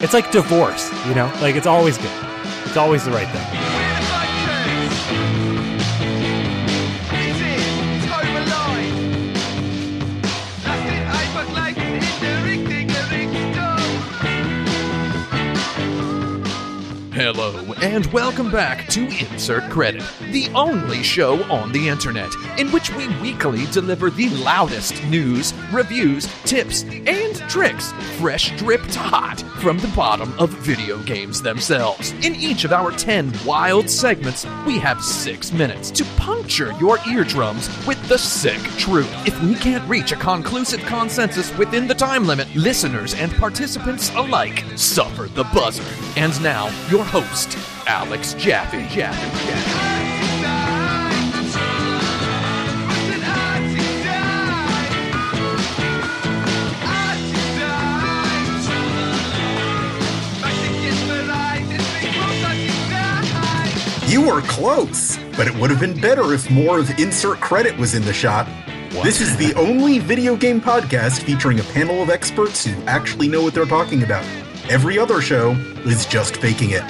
It's like divorce, you know? Like it's always good. It's always the right thing. Hello, and welcome back to Insert Credit, the only show on the internet in which we weekly deliver the loudest news, reviews, tips, and tricks, fresh dripped hot from the bottom of video games themselves. In each of our 10 wild segments, we have six minutes to puncture your eardrums with the sick truth. If we can't reach a conclusive consensus within the time limit, listeners and participants alike suffer the buzzer. And now, your host, Alex Jaffe. Jaffe. Jaffe. You were close, but it would have been better if more of insert credit was in the shot. This is the only video game podcast featuring a panel of experts who actually know what they're talking about. Every other show is just faking it.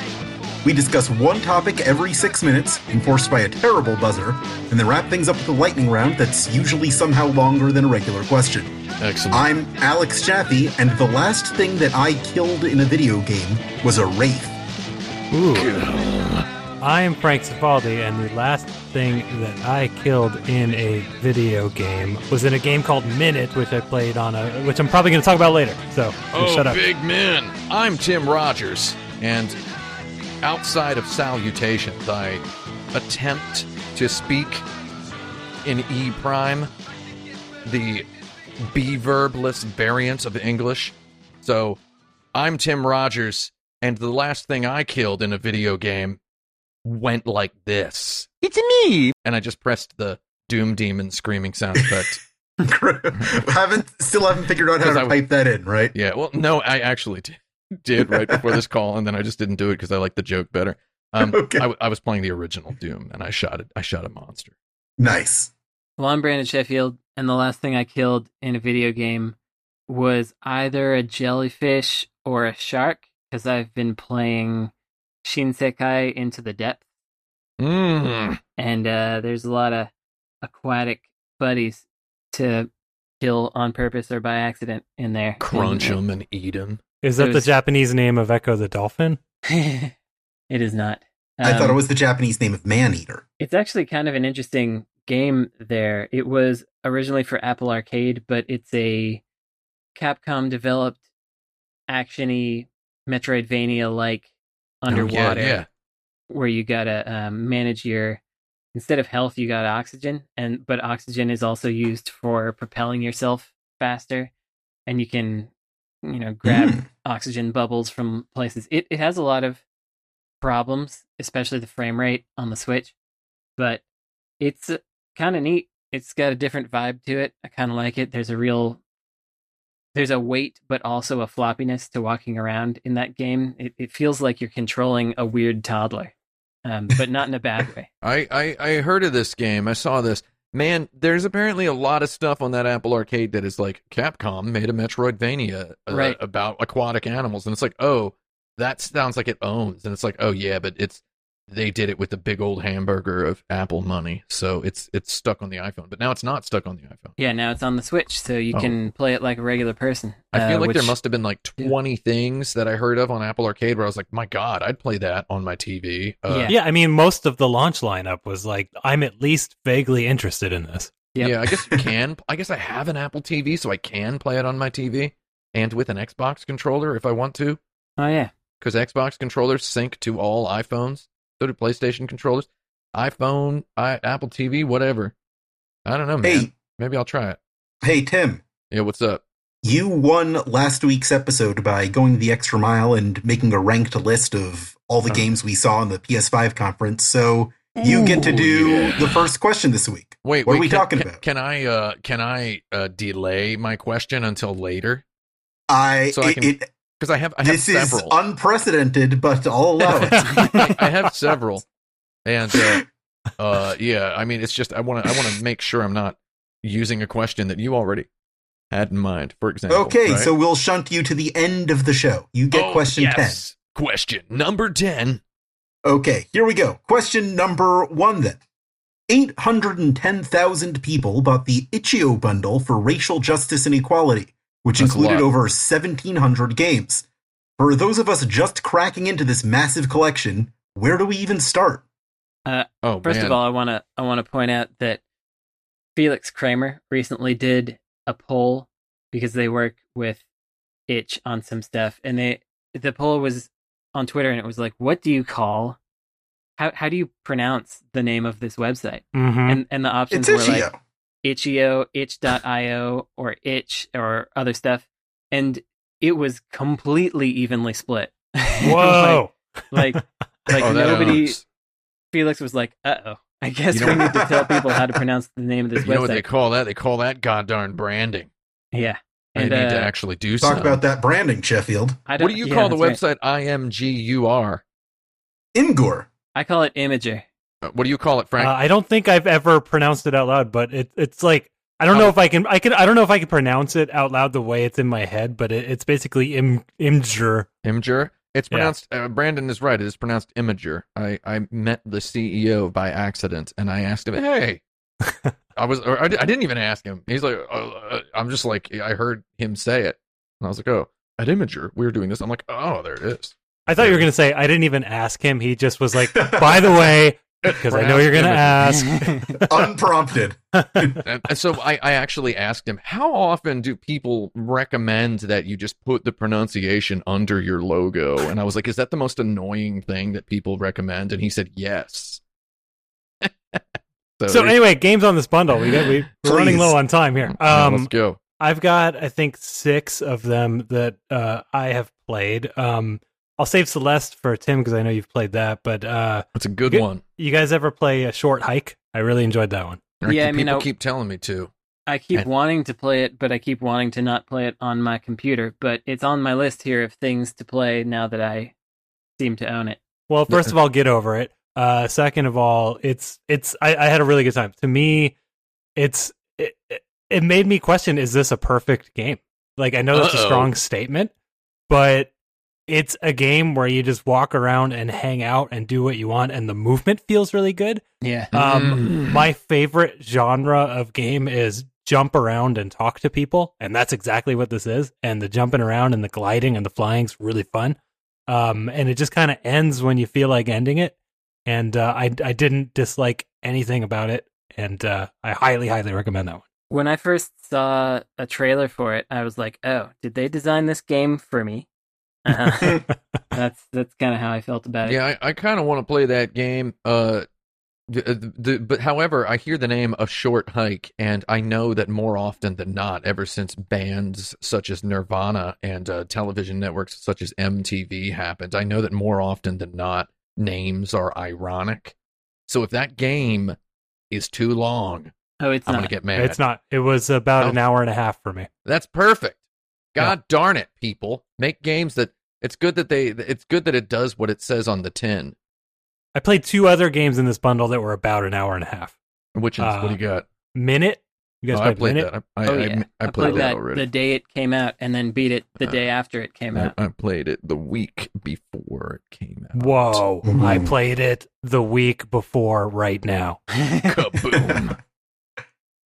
We discuss one topic every six minutes, enforced by a terrible buzzer, and then wrap things up with a lightning round that's usually somehow longer than a regular question. Excellent. I'm Alex Jaffe, and the last thing that I killed in a video game was a wraith. Ooh. I am Frank Cifaldi, and the last thing that I killed in a video game was in a game called Minute, which I played on a, which I'm probably going to talk about later. So Oh, shut up. big men! I'm Tim Rogers, and outside of salutations, I attempt to speak in E prime, the B verbless variant of English. So, I'm Tim Rogers, and the last thing I killed in a video game went like this. It's me! And I just pressed the Doom Demon screaming sound effect. haven't still haven't figured out how 'Cause to I- pipe that in, right? Yeah. Well, no, I actually did, did right before this call, and then I just didn't do it because I like the joke better. Um, Okay. I, w- I was playing the original Doom, and I shot it. I shot a monster. Nice. Well, I'm Brandon Sheffield, and the last thing I killed in a video game was either a jellyfish or a shark because I've been playing Shinsekai Into the Depth, Mm. and uh, there's a lot of aquatic buddies to kill on purpose or by accident in there. Crunch them and eat them. Is that the There's- Japanese name of Echo the dolphin? it is not. I thought it Um, was the Japanese name of man eater. It's actually kind of an interesting game there. It was originally for Apple Arcade, but it's a Capcom developed actiony Metroidvania like underwater Oh, yeah. where you got to um, manage your instead of health you got oxygen and but oxygen is also used for propelling yourself faster and you can you know grab Mm. oxygen bubbles from places. It it has a lot of problems, especially the frame rate on the Switch, but it's kind of neat. It's got a different vibe to it. I kind of like it. There's a real there's a weight but also a floppiness to walking around in that game. It it feels like you're controlling a weird toddler. Um, but not in a bad way. I, I I heard of this game. I saw this. Man, there's apparently a lot of stuff on that Apple Arcade that is like Capcom made a Metroidvania uh, Right. about aquatic animals, and it's like, oh, that sounds like it owns, and it's like, oh yeah, but it's they did it with the big old hamburger of Apple money, so it's it's stuck on the iPhone, but now it's not stuck on the iPhone. Yeah, now it's on the Switch, so you Oh. can play it like a regular person. I feel uh, like there which- must have been like 20 things that I heard of on Apple Arcade where I was like, my God, I'd play that on my TV. Uh, Yeah. Yeah, I mean, most of the launch lineup was like, I'm at least vaguely interested in this. Yep. Yeah, I guess you can. I guess I have an Apple TV, so I can play it on my TV and with an Xbox controller if I want to, Oh yeah. because Xbox controllers sync to all iPhones. So do PlayStation controllers, iPhone, I, Apple TV, whatever. I don't know, Oh, man. Hey, Maybe I'll try it. hey Tim, Yeah, what's up? you won last week's episode by going the extra mile and making a ranked list of all the Oh. games we saw in the PS5 conference. So you get to do the first question this week. Wait, What are wait, we can- talking can- about? Can I uh can I uh delay my question until later? I, So I it- can- it, Because I have I have this is several. unprecedented, but I'll allow it. I, I have several, and uh, uh, yeah, I mean, it's just I want to I want to make sure I'm not using a question that you already had in mind, for example. Okay, right? so we'll shunt you to the end of the show. You get Oh, question yes. Question number 10. 10. Okay, here we go. Question number one then. 810,000 people bought the Itch.io bundle for racial justice and equality, which That's a included lot. over 1,700 games. For those of us just cracking into this massive collection, where do we even start? oh, First man. of all, I want to I want to point out that Felix Kramer recently did a poll because they work with Itch on some stuff, and they the poll was on Twitter, and it was like, "What do you call? How how do you pronounce the name of this website?" Mm. Mm-hmm. And and the options It's were like Itch.io. itch.io, itch.io, or itch or other stuff, and it was completely evenly split. Whoa. like like, like Oh, that nobody. hurts. Felix was like, "Uh oh, I guess You know we what- need to tell people how to pronounce the name of You this know what they website." call that? They call that goddamn branding. yeah, They and need to uh, actually do Talk something. about that branding, Sheffield. I don't, what do you yeah, call the that's right. website? IMGUR. Imgur. I call it Imager. Uh, What do you call it, Frank? Uh, I don't think I've ever pronounced it out loud, but it, it's like I don't know if I can I can I don't know if I can pronounce it out loud the way it's in my head, but it, it's basically im, imgur. Imager. It's Yeah. pronounced. Uh, Brandon is right. It is pronounced Imager. I, I met the CEO by accident, and I asked him, "Hey." I was. Or I, di- I didn't even ask him. He's like, oh, uh, I'm just like I heard him say it, and I was like, oh, at Imager, we were doing this. I'm like, oh, there it is. I thought you were gonna say I didn't even ask him. He just was like, by the way, because I know you're gonna ask. Unprompted. And, and so I, I actually asked him, how often do people recommend that you just put the pronunciation under your logo? And I was like, is that the most annoying thing that people recommend? And he said, yes. So it- anyway, games on this bundle. We got, we, we're running Please. low on time here. Yeah, let's Um, go. I've got I think six of them that uh, I have played. Um, I'll save Celeste for Tim because I know you've played that. But uh, It's a good good- one. you guys ever play a short hike? I really enjoyed that one. Yeah, I mean, people I- keep telling me to. I keep And- wanting to play it, but I keep wanting to not play it on my computer. But it's on my list here of things to play now that I seem to own it. Well, first of all, get over it. Uh, second of all, it's it's I, I had a really good time. To me, it's it, it- it made me question: Is this a perfect game? Like I know that's a Uh-oh. strong statement, but it's a game where you just walk around and hang out and do what you want, and the movement feels really good. Yeah, Um, Mm. my favorite genre of game is jump around and talk to people, and that's exactly what this is. And the jumping around and the gliding and the flying's really fun. Um, and it just kind of ends when you feel like ending it. And uh, I I didn't dislike anything about it, and uh, I highly highly recommend that one. when I first saw a trailer for it, I was like, "Oh, did they design this game for me?" Uh, that's that's kind of how I felt about it. Yeah, I, I kind of want to play that game. Uh, the, the, but however, I hear the name a short hike, and I know that more often than not, ever since bands such as Nirvana and uh, television networks such as MTV happened, I know that more often than not, names are ironic. So if that game is too long, Oh, it's I'm not. gonna get mad. It's not. It was about Oh. an hour and a half for me. That's perfect. Yeah. God darn it, people! Make games that it's good that they it's good that it does what it says on the tin. I played two other games in this bundle that were about an hour and a half. Which is what do Uh, you got? Minute. You guys played, Oh, I played Minute? that. I, I, Oh, I- yeah. I, I played, played that that already. the day it came out, and then beat it the Uh, day after it came out. I, I played it the week before it came out. Whoa! Mhm. I played it the week before. Right now, yeah, Kaboom.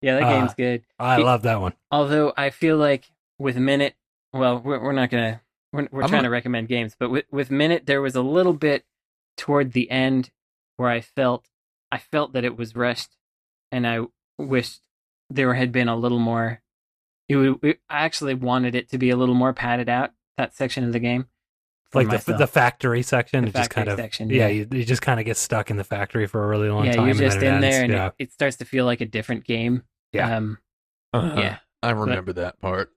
that Uh, game's good. I It- love that one. Although I feel like with Minute, well, we're, we're not gonna we're, we're I'm trying not- to recommend games, but with, with Minute, there was a little bit toward the end where I felt I felt that it was rushed, and I wished there had been a little more. It, would, it I actually wanted it to be a little more padded out that section of the game. for like the, myself. the factory section The it just factory kind of section, yeah, yeah. You, you just kind of get stuck in the factory for a really long yeah, time you're and just then it in there, ends. and yeah. it, it starts to feel like a different game. Yeah. Um, Uh-huh. yeah. I remember that part.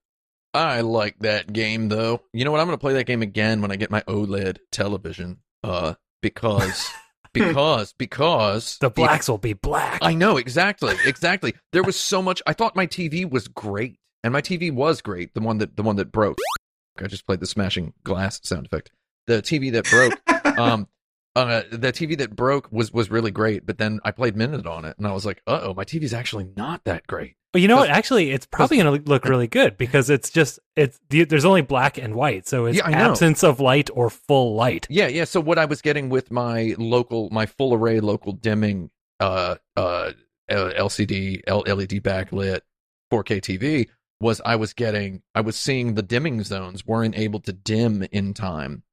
I like that game though. You know what? I'm going to play that game again when I get my OLED television. Uh, because, because, because the blacks will be black I know exactly, exactly. There was so much. I thought my TV was great, and my TV was great. The one that the one that broke. I just played the smashing glass sound effect. The TV that broke. um, uh, the TV that broke was was really great, but then I played Minute on it, and I was like, "Uh oh, my TV's actually not that great." But you know what? Actually, it's probably going to look really good because it's just it's the- there's only black and white, so it's Yeah, I know. absence of light or full light. Yeah, yeah. So what I was getting with my local, my full array local dimming, uh, uh, L- LCD, L- LED backlit, 4K TV was I was getting, I was seeing the dimming zones weren't able to dim in time,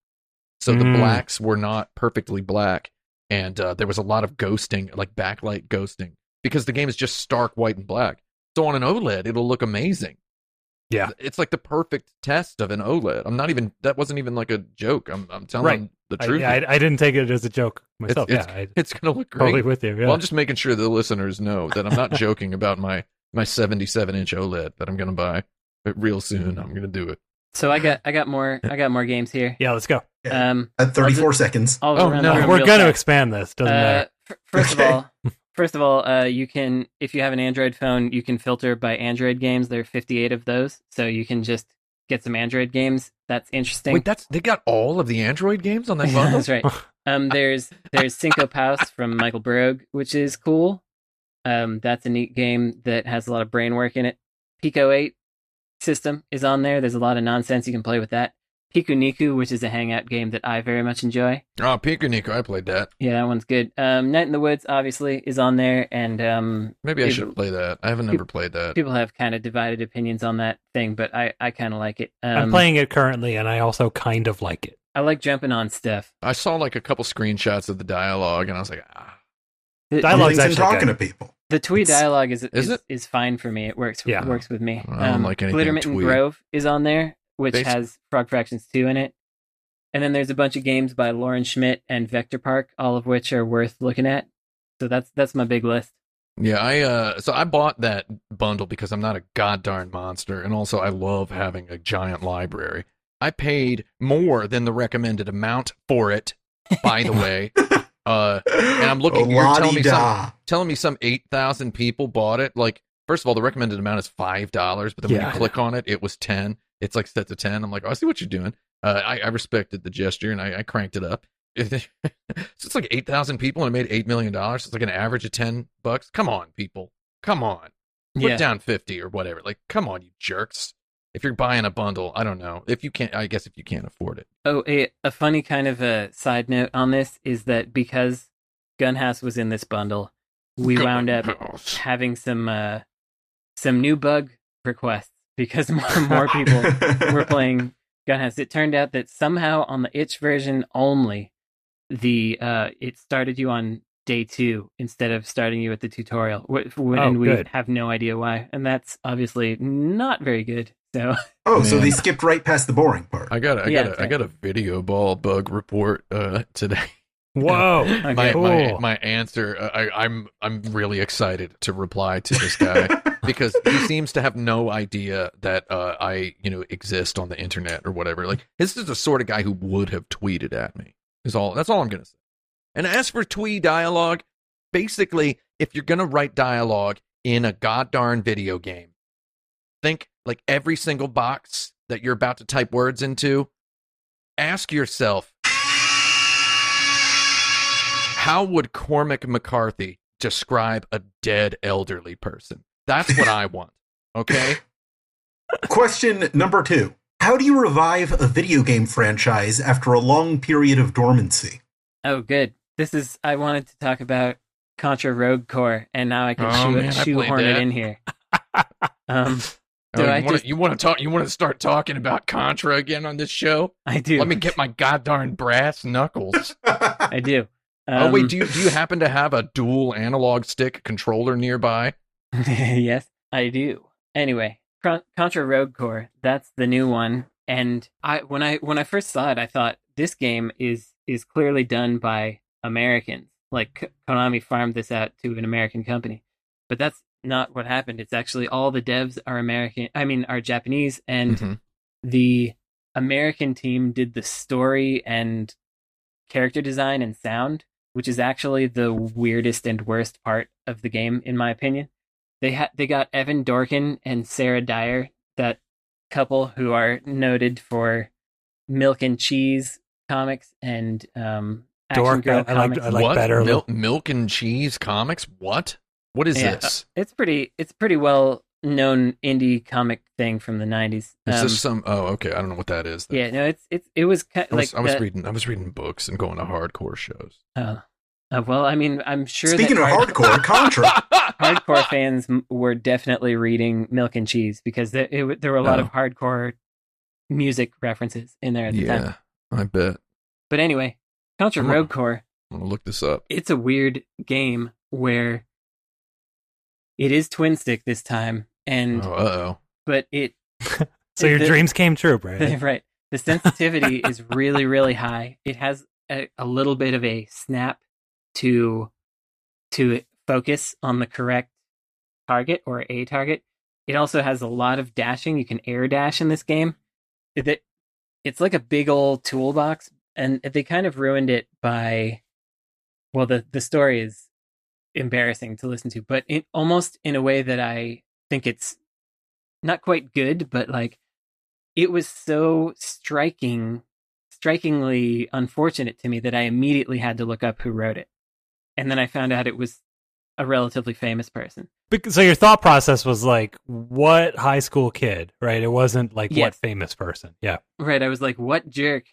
so the Mm. blacks were not perfectly black, and uh, there was a lot of ghosting, like backlight ghosting, because the game is just stark white and black. So on an OLED, it'll look amazing. Yeah. it's like the perfect test of an OLED. I'm not even that wasn't even like a joke. I'm I'm telling Right. the I, truth. I, I didn't take it as a joke it's, myself. it's, yeah, I, it's gonna look great. totally with you. Yeah. Well, I'm just making sure the listeners know that I'm not joking about my my 77 inch OLED that I'm gonna buy but real soon. I'm gonna do it. So I got I got more I got more games here. yeah, let's go. Um, At 34 seconds. all Oh, around no. the room We're real going to fast. expand this. Doesn't Uh, matter. f- first Okay. of all, first of all, uh, you can if you have an Android phone, you can filter by Android games. There are 58 of those, so you can just get some Android games. That's interesting. Wait, that's they got all of the Android games on that Yeah, bundle. That's right. Um, there's there's Cinco Paus from Michael Brogue, which is cool. Um, that's a neat game that has a lot of brain work in it. Pico Eight system is on there. There's a lot of nonsense you can play with that. Piku Niku, which is a hangout game that I very much enjoy. Oh, Pico Nico, I played that. Yeah, that one's good. Um, Night in the Woods obviously is on there, and um, Maybe I Dude. should play that. I haven't Dude. ever played that. people have kind of divided opinions on that thing, but I I kind of like it. Um, I'm playing it currently, and I also kind of like it. I like jumping on stuff. I saw like a couple screenshots of the dialogue, and I was like, ah. The, I love Feelings and actually talking good. to people. The Twee It's- dialogue is Is is, it? is fine for me. It works. Yeah. It works with me. Um, I don't like anything Glittermitten twee. Grove is on there, which Basi- has Frog Fractions two in it. And then there's a bunch of games by Lauren Schmidt and Vector Park, all of which are worth looking at. So that's that's my big list. Yeah, I uh so I bought that bundle because I'm not a goddarn monster and also I love having a giant library. I paid more than the recommended amount for it, by the way. Uh And I'm looking- you're telling me La-di-da. telling me some 8,000 people bought it. Like first of all, the recommended amount is $5, but then Yeah, when I you click on it, it was 10. It's like set to 10. I'm like, "Oh, I see what you're doing." Uh I, I respected the gesture and I, I cranked it up. so it's like 8,000 people and it made 8 million dollars. It's like an average of 10 bucks. Come on, people. Come on. Put yeah. down 50 or whatever. Like, come on, you jerks. If you're buying a bundle, I don't know. If you can't, I guess if you can't afford it. Oh, a, a funny kind of a side note on this is that because Gunhouse was in this bundle, we wound up having some uh, some new bug requests because more and more people were playing Gunhouse. It turned out that somehow on the itch version only, the uh, it started you on day two instead of starting you at the tutorial, wh- when Oh, we good. have no idea why, and that's obviously not very good. So Oh, so Man. they skipped right past the boring part. I got, a, I Yeah, got, that's a, I right. got a video ball bug report uh, today. Whoa. Okay. My, my, Cool. my answer. Uh, I, I'm, I'm really excited to reply to this guy because he seems to have no idea that uh, I, you know, exist on the internet or whatever. Like, this is the sort of guy who would have tweeted at me. Is all. That's all I'm gonna say. And as for twee dialogue, basically, if you're gonna write dialogue in a goddarn video game, think like every single box that you're about to type words into. Ask yourself, how would Cormac McCarthy describe a dead elderly person? That's what I want. Okay. Question number two How do you revive a video game franchise after a long period of dormancy? Oh, good. This is. I wanted to talk about Contra Rogue Core, and now I can Oh, shoe, man, I shoehorn played it that. in here. um, Oh, do you I wanna- just? you want to talk? You want to start talking about Contra again on this show? I do. Let me get my goddamn brass knuckles. I do. oh Um, wait, do you do you happen to have a dual analog stick controller nearby? yes, I do. Anyway, Con- Contra Rogue Core, that's the new one. And I when I when I first saw it, I thought this game is is clearly done by Americans. Like K- Konami farmed this out to an American company. But that's not what happened. It's actually all the devs are American, I mean are Japanese and Mhm. the American team did the story and character design and sound, which is actually the weirdest and worst part of the game, in my opinion. They had they got Evan Dorkin and Sarah Dyer, that couple who are noted for Milk and Cheese comics and um, Action dork. Girl I, I like comics. I like what? better. Mil- milk and cheese comics? What? What is Yeah. this? It's pretty. It's pretty well known indie comic thing from the '90s. Is Um, this some? Oh, okay. I don't know what that is. then. yeah, no, it's it's it was kind I was, like I was the- reading. I was reading books and going to hardcore shows. uh, uh, well, I mean, I'm sure. Speaking that of hardcore, Contra. hardcore fans m- were definitely reading Milk and Cheese because there, it, w- there were a lot Oh. of hardcore music references in there at the time. yeah, I bet. But anyway, Contra Come on. Rogue Core, I'm gonna look this up. it's a weird game where it is twin stick this time, and Oh, uh-oh. but it So your the- dreams came true, Brad. right. The sensitivity is really, really high. It has a, a little bit of a snap to to focus on the correct target or a target. It also has a lot of dashing. You can air dash in this game. It- it- it's like a big old toolbox, and they kind of ruined it by. Well, the the story is embarrassing to listen to, but it almost in a way that I think it's not quite good, but like it was so striking strikingly unfortunate to me that i immediately had to look up who wrote it and then i found out it was a relatively famous person Bec- So your thought process was like, what high school kid, right? It wasn't like what Yes. famous person. Yeah. right i was like what jerk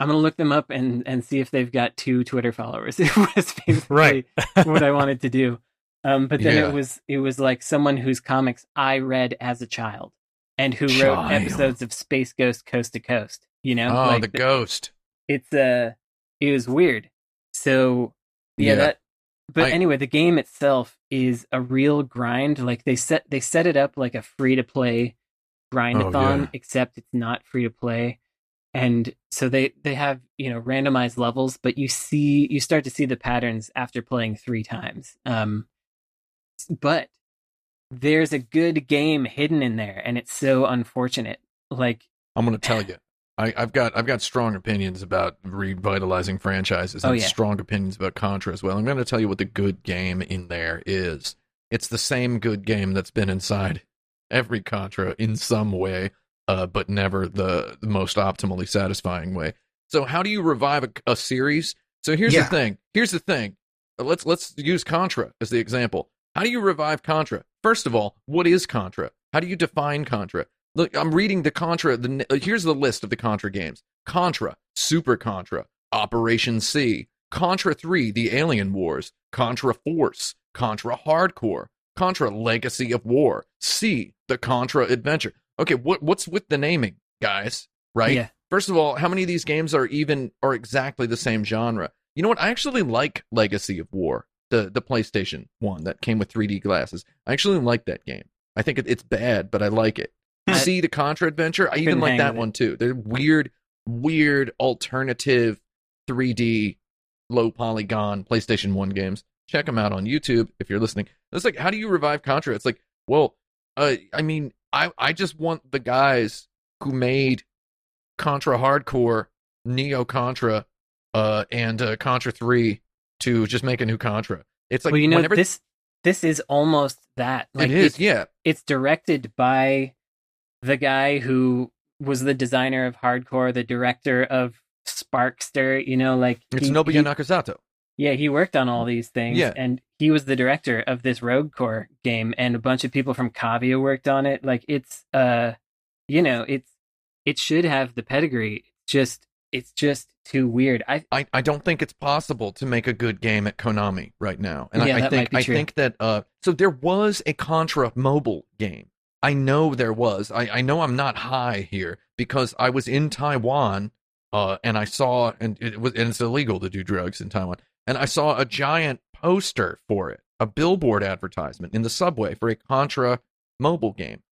i'm gonna look them up and and see if they've got two twitter followers it was basically Right. what i wanted to do um but then Yeah. it was it was like someone whose comics i read as a child and who Child. wrote episodes of space ghost coast to coast you know Oh, Like, the ghost. it's uh it was weird so yeah, Yeah. that but I- anyway the game itself is a real grind like they set they set it up like a free to play grindathon Oh, yeah. except it's not free to play and so they they have you know randomized levels but you see you start to see the patterns after playing three times um but there's a good game hidden in there and it's so unfortunate like I'm gonna tell you. I, I've got I've got strong opinions about revitalizing franchises Oh, and yeah. strong opinions about Contra as well. I'm gonna tell you what the good game in there is. It's the same good game that's been inside every Contra in some way, uh, but never the, the most optimally satisfying way. So how do you revive a, a series? So here's Yeah. the thing. Here's the thing. Uh, Let's let's use Contra as the example. How do you revive Contra? First of all, what is Contra? How do you define Contra? Look, I'm reading the Contra. The n- uh, here's the list of the Contra games: Contra, Super Contra, Operation C, Contra 3: The Alien Wars, Contra Force, Contra Hardcore, Contra Legacy of War, C: The Contra Adventure. Okay, what what's with the naming, guys? Right? yeah First of all, how many of these games are even are exactly the same genre? You know what? I actually like Legacy of War, the the PlayStation one that came with 3D glasses. I actually like that game. I think it, it's bad, but I like it. I- See the Contra Adventure? I even Couldn't like hang that with it. one too. They're weird, weird alternative 3D low polygon PlayStation one games. Check them out on YouTube if you're listening. It's like, how do you revive Contra? It's like, well, uh, I mean, I I just want the guys who made Contra Hardcore, Neo Contra, uh, and uh, Contra Three to just make a new Contra. It's like well, you know, whenever this this is almost that. Like it is, It's, yeah, it's directed by the guy who was the designer of Hardcore, the director of Sparkster. You know, like it's he- Nobuya he- Nakazato. Yeah, he worked on all these things, Yeah. and he was the director of this Rogue Core game, and a bunch of people from Kavia worked on it. Like it's, uh, you know, it's it should have the pedigree. Just it's just too weird. I I, I don't think it's possible to make a good game at Konami right now. And Yeah, I, I that think might I be true. think that uh so there was a Contra mobile game. I know there was. I, I know I'm not high here because I was in Taiwan uh and I saw and it was and it's illegal to do drugs in Taiwan. And I saw a giant poster for it, a billboard advertisement in the subway for a Contra mobile game.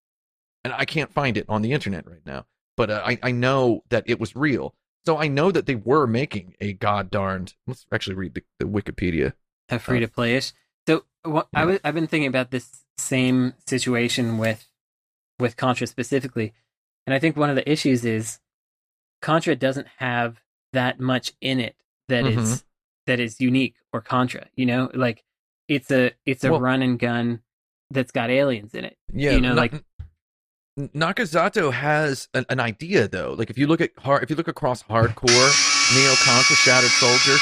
And I can't find it on the internet right now. But uh, I, I know that it was real. So I know that they were making a god darned. Let's actually read the, the Wikipedia. a free to play ish. So what, I Yeah. was I've been thinking about this same situation with with Contra specifically, and I think one of the issues is Contra doesn't have that much in it that Mm-hmm. is that is unique or Contra. You know, like it's a it's a Well- run and gun that's got aliens in it. Yeah, You know, Na- like- N- Nakazato has an, an idea though. Like if you look at hard, if you look across hardcore, Neo Contra, Shattered Soldier,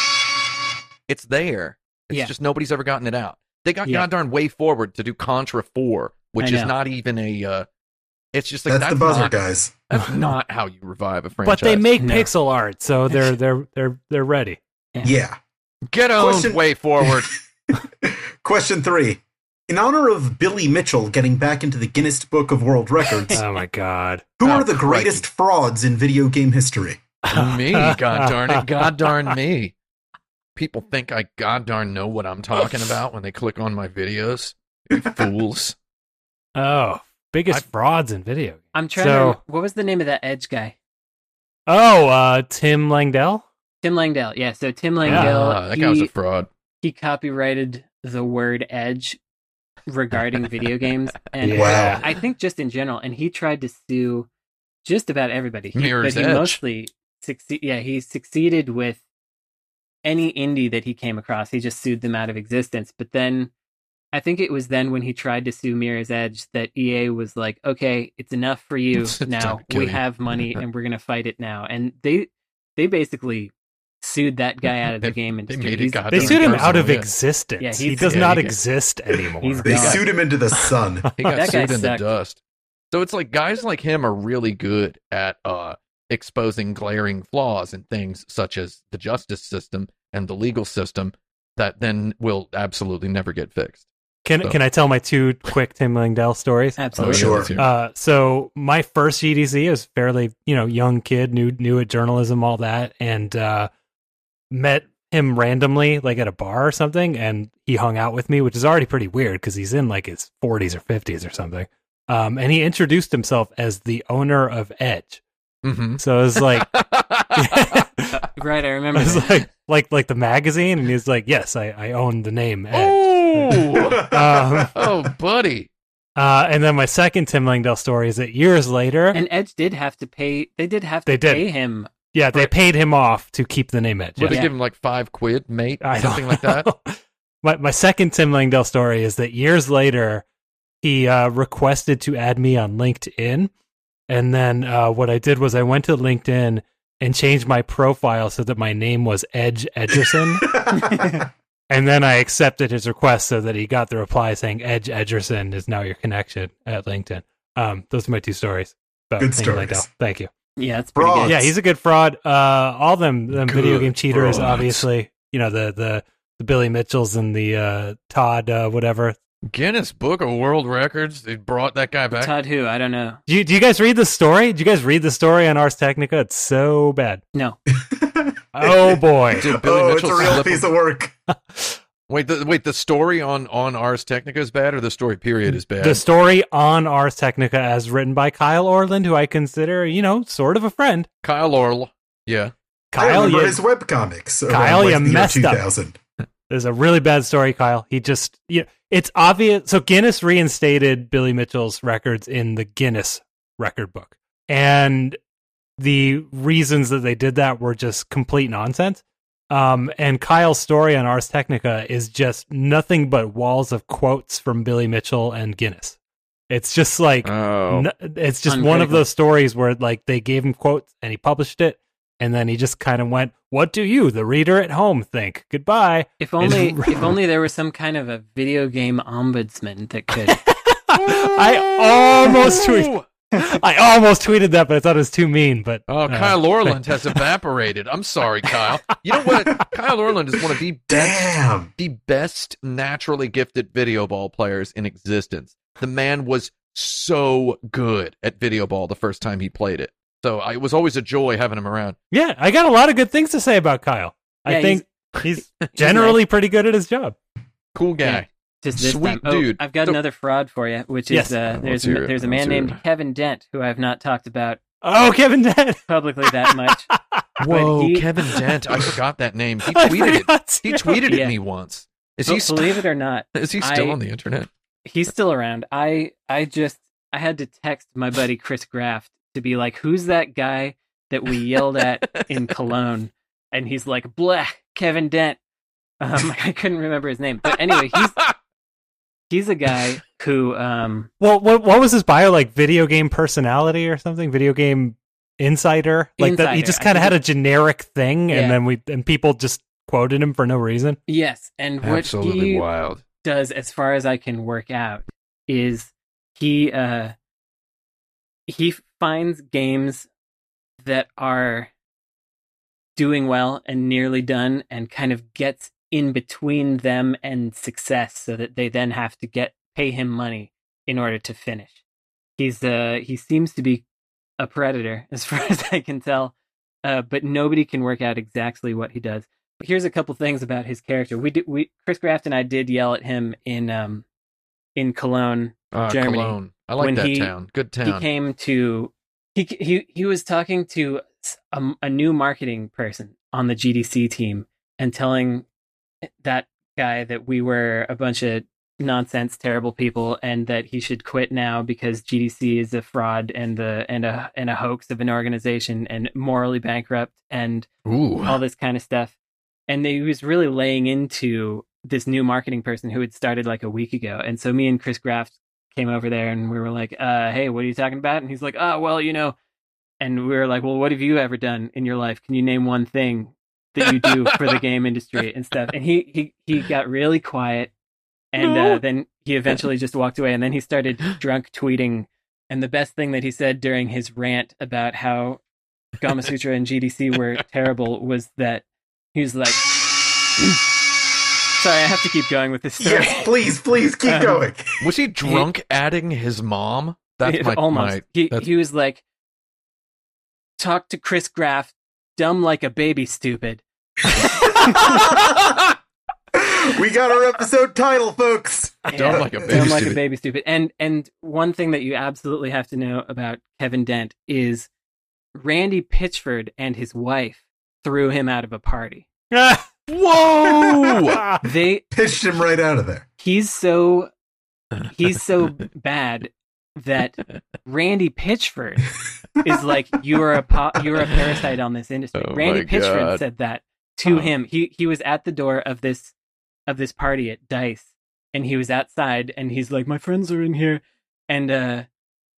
It's there. It's Yeah. just nobody's ever gotten it out. They got Yeah. goddamn way forward to do Contra Four, which I is know. not even a. Uh, it's just like that's, the buzzer, not, guys. That's not how you revive a franchise. But they make No. pixel art, so they're they're they're they're ready. Yeah. get owned Question- way forward. Question three. In honor of Billy Mitchell getting back into the Guinness Book of World Records, Oh my god. who Oh, are the greatest frauds in video game history? me, god darn it, god darn me. People think I god darn know what I'm talking about when they click on my videos. You fools. Oh, biggest I- frauds in video. I'm trying. to, So- what was the name of that Edge guy? Oh, uh, Tim Langdell. Tim Langdell. Yeah. So Tim Langdell. Ah, that guy was he- a fraud. he copyrighted the word edge regarding video games and Wow. I think just in general and he tried to sue just about everybody he, Mirror's but he Edge. mostly succeed yeah he succeeded with any indie that he came across he just sued them out of existence but then I think it was then when he tried to sue Mirror's Edge that EA was like okay it's enough for you It's time now to kill we you. have money and we're going to fight it now and they they basically sued that guy out of the They- game and made it goddamn They sued him personal, out of yeah. existence. Yeah, he's- he does Yeah, not he- exist anymore. He's They God. sued him into the sun. He got That guy sued in the sucked. dust. So it's like guys like him are really good at uh, exposing glaring flaws in things such as the justice system and the legal system that then will absolutely never get fixed. Can So- can I tell my two quick Tim Langdell stories? absolutely sure. let's hear it. Uh, so my first E GDC I was fairly, you know, young kid, new new at journalism, all that, and uh, met him randomly, like at a bar or something, and he hung out with me, which is already pretty weird because he's in like his 40s or 50s or something. Um, and he introduced himself as the owner of Edge, Mhm. so it was like, Right, I remember. I was that. like, like like the magazine, and he's like, yes, I I own the name Edge. oh, Um, oh, buddy. uh, and then my second Tim Langdell story is that years later, and Edge did have to pay. They did have to They did. pay him. yeah, they paid him off to keep the name Edge. Would they Yeah. give him like five quid, mate? I don't Something like that? know. my my second Tim Langdell story is that years later, he uh, requested to add me on LinkedIn, and then uh, what I did was I went to LinkedIn and changed my profile so that my name was Edge Edgerson, and then I accepted his request so that he got the reply saying Edge Edgerson is now your connection at LinkedIn. Um, those are my two stories. about Good Tim stories. Langdell. Thank you. Yeah, that's pretty Fraud. good. Yeah, he's a good fraud. Uh, all them them video Good game cheaters, fraud. obviously. You know the the the Billy Mitchells and the uh, Todd uh, whatever. Guinness Book of World Records. They brought that guy back. Todd, who I don't know. Do you, do you guys read the story? Do you guys read the story on Ars Technica? It's so bad. No, Oh boy. Did Billy oh, it's Mitchell a real slip- piece of work. Wait, the, wait. The story on on Ars Technica is bad, or the story period is bad. The story on Ars Technica, as written by Kyle Orland, who I consider, you know, sort of a friend. Kyle Orl. Yeah. I Kyle, remember you, his webcomics. around, Kyle, like, you the year messed up. 2000. there's a really bad story, Kyle. He just, you know, it's obvious. So Guinness reinstated Billy Mitchell's records in the Guinness record book. And the reasons that they did that were just complete nonsense. Um, and Kyle's story on Ars Technica is just nothing but walls of quotes from Billy Mitchell and Guinness. It's just like, Oh. no, it's just one of Uncritical. those stories where like they gave him quotes and he published it. And then he just kind of went, "What do you, the reader at home, think?" Goodbye. if only It's- if only there was some kind of a video game ombudsman that could. I almost tweeted. I almost tweeted that, but I thought it was too mean. But Oh, uh, Kyle Orland has evaporated. I'm sorry, Kyle. You know what? Kyle Orland is one of the best, Damn. the best naturally gifted video ball players in existence. The man was so good at video ball the first time he played it. So I, it was always a joy having him around. yeah, I got a lot of good things to say about Kyle. Yeah, I think he's, generally pretty good at his job. Cool guy. Yeah. just this Sweet time. Oh, dude. I've got The- another fraud for you, which Yes. is uh, Let's there's hear a, it. there's a man Let's hear named it. Kevin Dent who I have not talked about Oh, Kevin Dent. publicly that much. Whoa, But he- Kevin Dent. I forgot that name. He I tweeted it. forgot He too. tweeted Yeah. at me once. Is But he still, believe it or not, is he still I- on the internet? he's still around. I I just I had to text my buddy Chris Graft to be like, who's that guy that we yelled at in Cologne? And he's like, bleh, Kevin Dent. Um, I couldn't remember his name, but anyway, he's he's a guy who um Well, what what was his bio like? Video game personality or something? Video game insider? Like that? He Insider, just I kind of had think it- a generic thing, Yeah. and then we and people just quoted him for no reason. Yes, and what Absolutely he wild. does, as far as I can work out, is he uh he finds games that are doing well and nearly done, and kind of gets in between them and success, so that they then have to get pay him money in order to finish. He's uh he seems to be a predator, as far as I can tell, uh, but nobody can work out exactly what he does here's a couple things about his character. We did we Chris Graft and I did yell at him in um in Cologne. Uh, Germany. Cologne. I like When that he- town. Good He town. came to he he he was talking to s- a, a new marketing person on the GDC team and telling that guy that we were a bunch of nonsense terrible people and that he should quit now because GDC is a fraud and the and a and a hoax of an organization and morally bankrupt and Ooh. all this kind of stuff. And they, he was really laying into this new marketing person who had started like a week ago. And so me and Chris Graft came over there and we were like, uh, hey, what are you talking about? And he's like, oh, well, you know. And we were like, well, what have you ever done in your life? Can you name one thing that you do for the game industry and stuff? And he, he, he got really quiet. And No. uh, then he eventually just walked away. And then he started drunk tweeting. And the best thing that he said during his rant about how Gama Sutra and GDC were terrible was that he was like, sorry, I have to keep going with this story. Yes, please, please keep Um, going. Was he drunk adding his mom? That's It- my, almost. my he, that's- he was like, talk to Chris Graff, dumb like a baby, stupid. we got our episode title, folks. dumb Yeah. like a baby. Sound like a stupid. baby stupid. And and one thing that you absolutely have to know about Kevin Dent is Randy Pitchford and his wife threw him out of a party. Whoa! They Pitched him right out of there. he's so he's so bad that Randy Pitchford is like you are a po- you are a parasite on this industry. Oh Randy my Pitchford God. said that to Oh. him. He he was at the door of this of this party at Dice, and he was outside, and he's like, "My friends are in here," and uh,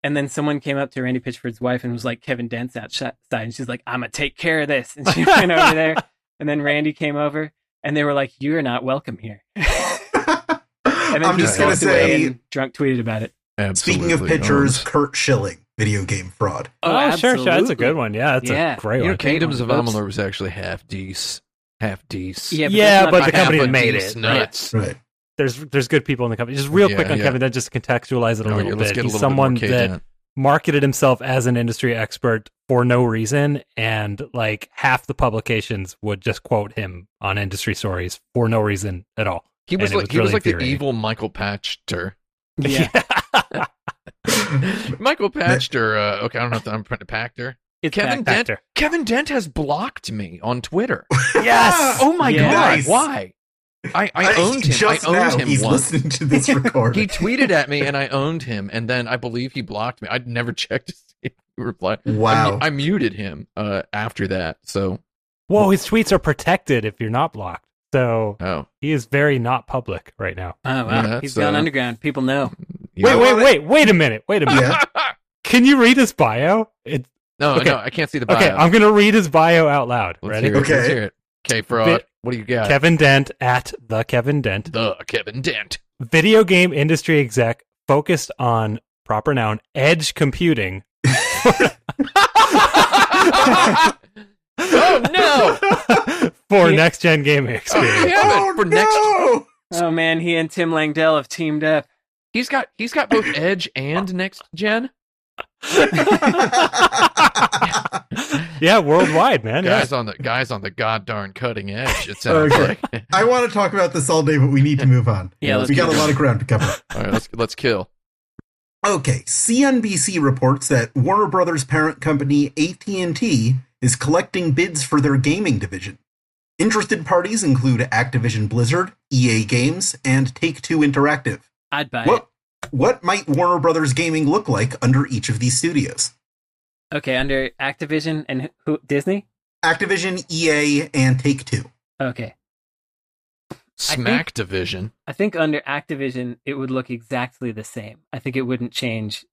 and then someone came up to Randy Pitchford's wife and was like, "Kevin Dent's outside," and she's like, "I'm gonna take care of this," and she went over there, and then Randy came over, and they were like, "You're not welcome here." And then I'm he just gonna walked away say, and drunk tweeted about it. Absolutely. speaking of pictures, Holmes. Kurt Schilling, video game fraud. Oh, sure, sure. That's a good one. Yeah, that's a Yeah. great you know, one. Kingdoms of Great one. Amalur was actually half dece, half dece. Yeah, but, Yeah, that's not but my the Half company a that made dece it. Nuts. Right. There's there's good people in the company. Just real Yeah, quick on yeah. Kevin Dent, just to contextualize it a Oh, little yeah, let's bit. get a He's little someone bit more that K-Dent. marketed himself as an industry expert for no reason and like half the publications would just quote him on industry stories for no reason at all He was and it like was he was really like the infuriating. evil Michael Patchter. Yeah, Michael Patchter. Uh, okay, I don't know if I'm pr- Pactor. it's Kevin Kevin. Dent. Patchter. Kevin Dent has blocked me on Twitter. yes Oh my Yeah. god! Nice. Why? I, I owned him. I Just owned now, him he's once. listening to this recording. He tweeted at me, and I owned him. And then I believe he blocked me. I'd never checked to see if he replied. I, mu- wow. I muted him uh, after that. So whoa his tweets are protected if you're not blocked so oh he is very not public right now Oh Yeah, wow, that's, he's gone uh, underground. People know. yeah. wait wait wait wait a minute wait a minute yeah. can you read his bio It- no Okay. no I can't see the bio. okay i'm gonna read his bio out loud Uh, Let's ready hear it. Okay. Let's hear it. Okay, fraud. Bit- what do you got? kevin dent at the kevin dent the Kevin Dent. video game industry exec focused on proper noun edge computing. oh no! for Oh, Yeah. next gen gaming Oh, experience. damn Oh, it. For no! next, Oh man, he and Tim Langdell have teamed up. he's got he's got both Edge and next gen. yeah, worldwide, man. Yeah. Guys on the guys on the god darn cutting edge. It sounds Okay. like. I want to talk about this all day, but we need to move on. Yeah, let's we got a keep lot of ground to cover. All right, let's let's kill. Okay, CNBC reports that Warner Brothers' parent company AT&T is collecting bids for their gaming division. Interested parties include Activision Blizzard, EA Games, and Take-Two Interactive. I'd buy What what might Warner Brothers gaming look like under each of these studios? it. Okay, under Activision and who, Disney. Activision, EA, and Take-Two. Okay, think- Smack division. I think under Activision it would look exactly the same. I think it wouldn't change.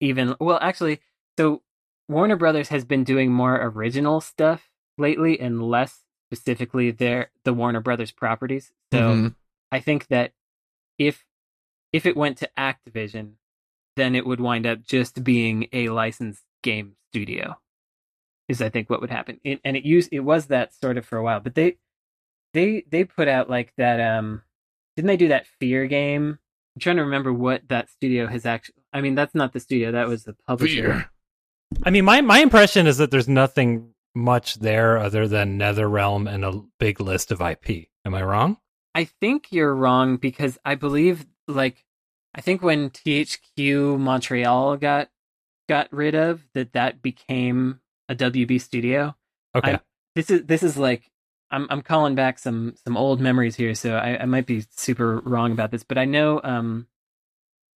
Even well, actually, so Warner Brothers has been doing more original stuff lately and less specifically their the Warner Brothers properties. So Mhm. I think that if if it went to Activision, then it would wind up just being a licensed game studio. Is I think what would happen. It, and it used it was that sort of for a while, but they they they put out like that um didn't they do that fear game? I'm trying to remember what that studio has actually I mean that's not the studio, that was the publisher. I mean, my, my impression is that there's nothing much there other than NetherRealm and a big list of IP. Am I wrong? I think you're wrong because I believe like I think when THQ Montreal got got rid of that that became a WB studio. Okay. I- This is this is like I'm I'm calling back some some old memories here, so I, I might be super wrong about this, but I know um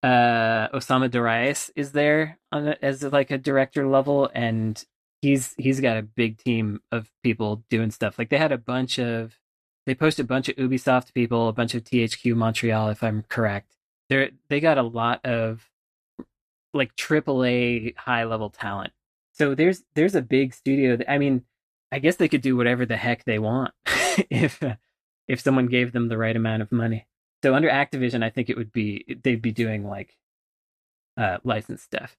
uh Osama Darius is there on a, as like a director level and he's he's got a big team of people doing stuff. Like they had a bunch of they post a bunch of Ubisoft people, a bunch of THQ Montreal, if I'm correct. They they got a lot of like AAA high level talent. So there's there's a big studio. That, I mean, I guess they could do whatever the heck they want if uh, if someone gave them the right amount of money. So under Activision, I think it would be they'd be doing like uh licensed stuff.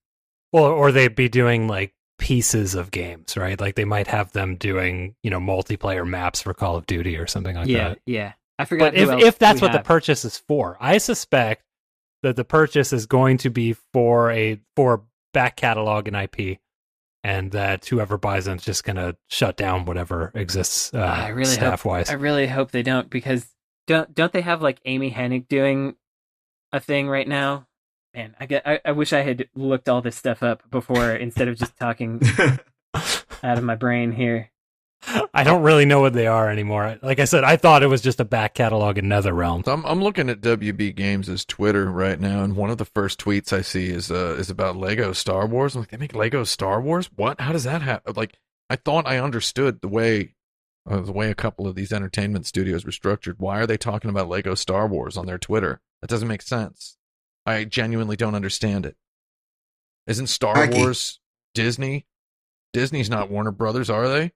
Well, or they'd be doing like pieces of games, right? Like they might have them doing, you know, multiplayer maps for Call of Duty or something like yeah, that. yeah. I forgot. But if, who else if that's we what the have. purchase is for, I suspect that the purchase is going to be for a for back catalog and IP, and that whoever buys them is just going to shut down whatever exists uh, I really hope- staff wise. I really hope they don't because don't don't they have like Amy Hennig doing a thing right now? Man, I get I, I wish I had looked all this stuff up before instead of just talking out of my brain here. I don't really know what they are anymore. Like I said, I thought it was just a back catalog in NetherRealm. So I'm I'm looking at WB Games' Twitter right now, and one of the first tweets I see is uh is about Lego Star Wars. I'm like, they make Lego Star Wars? What? How does that happen? Like, I thought I understood the way uh, the way a couple of these entertainment studios were structured. Why are they talking about Lego Star Wars on their Twitter? That doesn't make sense. I genuinely don't understand it. Isn't Star Mikey. Wars Disney? Disney's not Warner Brothers, are they?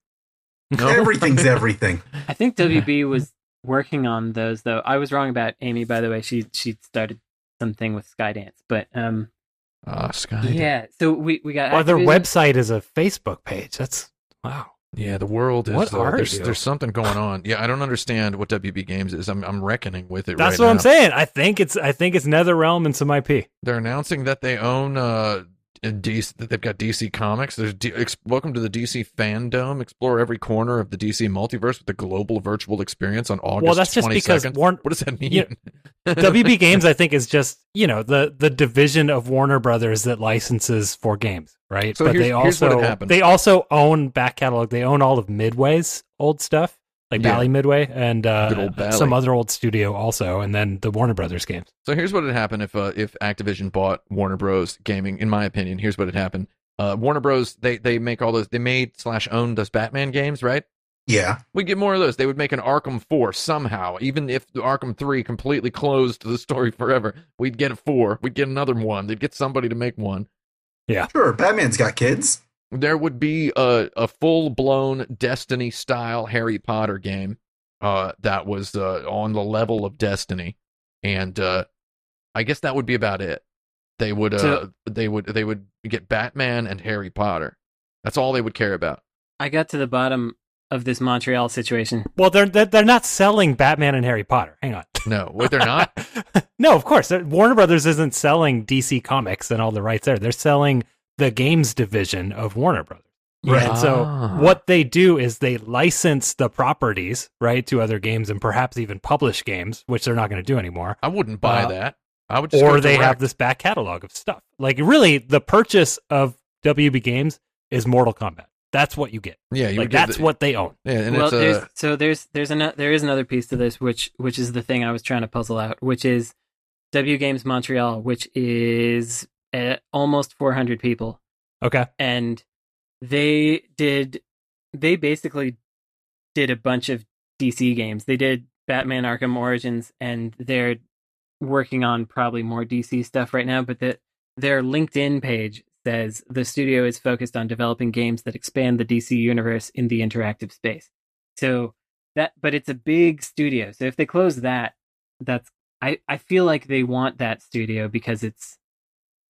Everything's everything. I think WB was working on those though. I was wrong about Amy by the way. She she started something with Skydance, but um Ah, Sky. yeah. So we we got Or their Activision. website is a Facebook page. That's wow. Yeah, the world is. What uh, are there's, you? there's something going on. Yeah, I don't understand what WB Games is. I'm I'm reckoning with it. That's what right now. I'm saying. I think it's I think it's NetherRealm and some IP. They're announcing that they own uh, DC, that they've got DC Comics. There's D, ex, welcome to the DC fandom. Explore every corner of the DC multiverse with the global virtual experience on August. Well, that's just because 22nd. Warn- what does that mean? You WB Games, I think, is just you know the the division of Warner Brothers that licenses for games, right? So but here's- they here's what also had happened. they also own back catalog. They own all of Midway's old stuff, like Yeah. Bally Midway and Good old uh, Bally. some other old studio also, and then the Warner Brothers games. So here's what would happen if uh, if Activision bought Warner Bros. Gaming. In my opinion, here's what would happen. Uh, Warner Bros. They they make all those. They made slash owned those Batman games, right? Yeah. We'd get more of those. They would make an Arkham 4 somehow. Even if the Arkham 3 completely closed the story forever, we'd get a 4. We'd get another one. They'd get somebody to make one. Sure, Batman's got kids. There would be a, a full blown Destiny style Harry Potter game uh, that was uh, on the level of Destiny. And uh, I guess that would be about it. They would uh, So- they would they would get Batman and Harry Potter. That's all they would care about. I got to the bottom of this Montreal situation. Well, they're they're they're not selling Batman and Harry Potter. Hang on, No, what they're not. no, of course. They're- Warner Brothers isn't selling DC Comics and all the rights there. They're selling the games division of Warner Brothers. Right. And so Ah. what they do is they license the properties, right, to other games and perhaps even publish games, which they're not going to do anymore. I wouldn't buy Uh, that. I would just go Or they direct. have this back catalog of stuff. Like really the purchase of WB Games is Mortal Kombat. That's what you get. Yeah, you like would get that's the- what they own. Yeah, and well, it's uh, there's, a so there's there's another there is another piece to this, which which is the thing I was trying to puzzle out, which is W Games Montreal, which is uh, almost 400 people, Okay. and they did they basically did a bunch of DC games. They did Batman Arkham Origins, and they're working on probably more DC stuff right now. But that their LinkedIn page says the studio is focused on developing games that expand the DC universe in the interactive space. So that but it's a big studio so if they close that that's i i feel like they want that studio because it's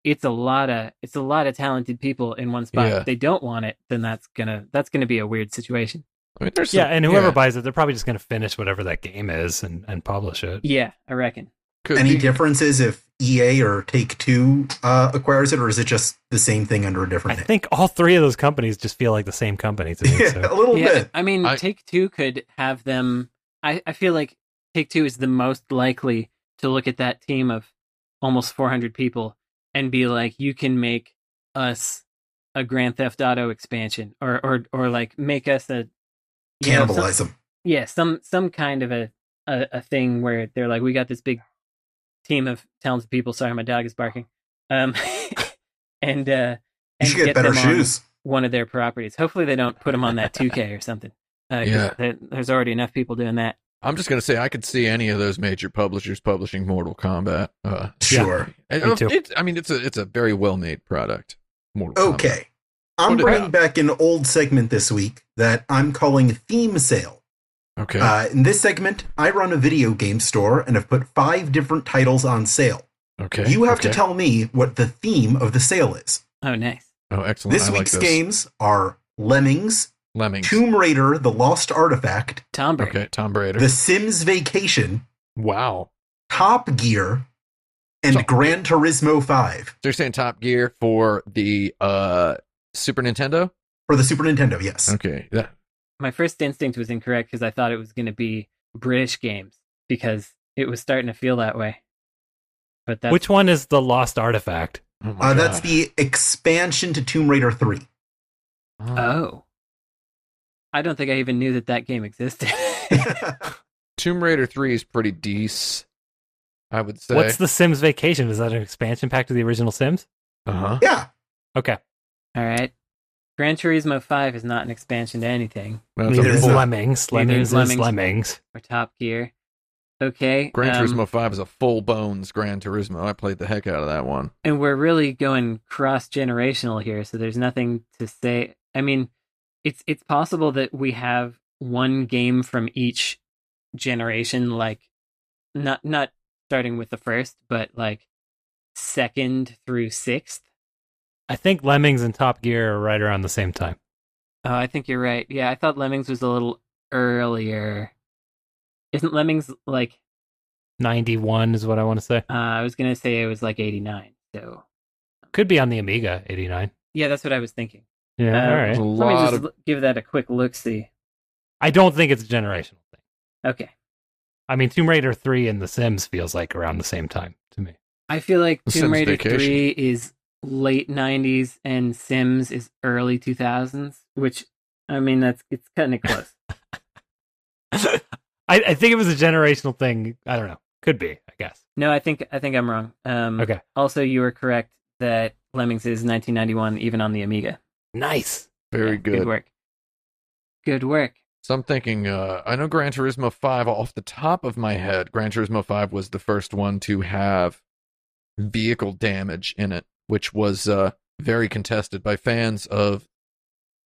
it's a lot of it's a lot of talented people in one spot Yeah. if they don't want it then that's gonna that's gonna be a weird situation I mean, there's yeah, some- and whoever yeah, buys it, they're probably just going to finish whatever that game is and, and publish it. yeah i reckon could Any be- differences if EA or Take Two uh, acquires it, or is it just the same thing under a I different name? think all three of those companies just feel like the same company to me. yeah, So. a little yeah bit. i mean I- take two could have them i i feel like take two is the most likely to look at that team of almost 400 people and be like you can make us a grand theft auto expansion or or or like make us a you know, some- Cannibalize them. yeah some some kind of a, a a thing where they're like we got this big team of talented people sorry my dog is barking um and uh You and should get better them on shoes. one of their properties hopefully they don't put them on that 2k or something uh, 'cause Yeah. there- there's already enough people doing that I'm just gonna say I could see any of those major publishers publishing Mortal Kombat. Uh, Yeah. Sure. and, uh, too. it's- I mean, it's a it's a very well made product. Mortal Kombat. Okay. I'm Put it bringing out. back an old segment this week that I'm calling Theme Sale. Okay. Uh, in this segment, I run a video game store and have put five different titles on sale. okay. you have to okay. tell me what the theme of the sale is. oh nice Oh, excellent. This I like week's games are Lemmings, Lemmings. Tomb Raider, The Lost Artifact, tom brady Okay. Tom Brady. The Sims Vacation, Wow. Top Gear, and Top- Gran Turismo 5 So you're saying Top Gear for the uh Super Nintendo? for the Super Nintendo, yes. Okay. That, my first instinct was incorrect because i thought it was going to be british games because it was starting to feel that way but that's Which one is the lost artifact? oh my Uh, that's God. the expansion to Tomb Raider 3. Uh, oh i don't think i even knew that that game existed Tomb Raider Three is pretty decent. I would say. What's the Sims Vacation? Is that an expansion pack to the original Sims? Uh huh. yeah. Okay, All right. Gran Turismo 5 is not an expansion to anything neither is not. Lemmings. Neither Lemmings is is Lemmings. Lemmings. or Top Gear. Okay. Gran um, Turismo Five is a full bones Gran Turismo. I played the heck out of that one. And we're really going cross generational here, so there's nothing to say. I mean, it's it's possible that we have one game from each generation like not not starting with the first, but like second through sixth. I think Lemmings and Top Gear are right around the same time. Oh, I think you're right. Yeah, I thought Lemmings was a little earlier. Isn't Lemmings like 91 is what I want to say. Uh, I was gonna say it was like eighty nine. So Could be on the Amiga 89. yeah, that's what I was thinking. Yeah, Uh, all right. There's a Let me lot just of l- give that a quick look. See. I don't think it's a generational thing. Okay. I mean, Tomb Raider 3 and The Sims feels like around the same time to me. I feel like The Tomb Sims Raider Vacation. three is late nineties and Sims is early two thousands, which I mean that's it's cutting it close. I, I think it was a generational thing. I don't know. Could be, I guess. no, I think I think I'm wrong. Um, Okay. Also, you were correct that Lemmings is nineteen ninety one, even on the Amiga. Nice. very Yeah, good. Good work. Good work. So I'm thinking. Uh, I know Gran Turismo Five off the top of my head. Gran Turismo Five was the first one to have vehicle damage in it, which was uh, very contested by fans of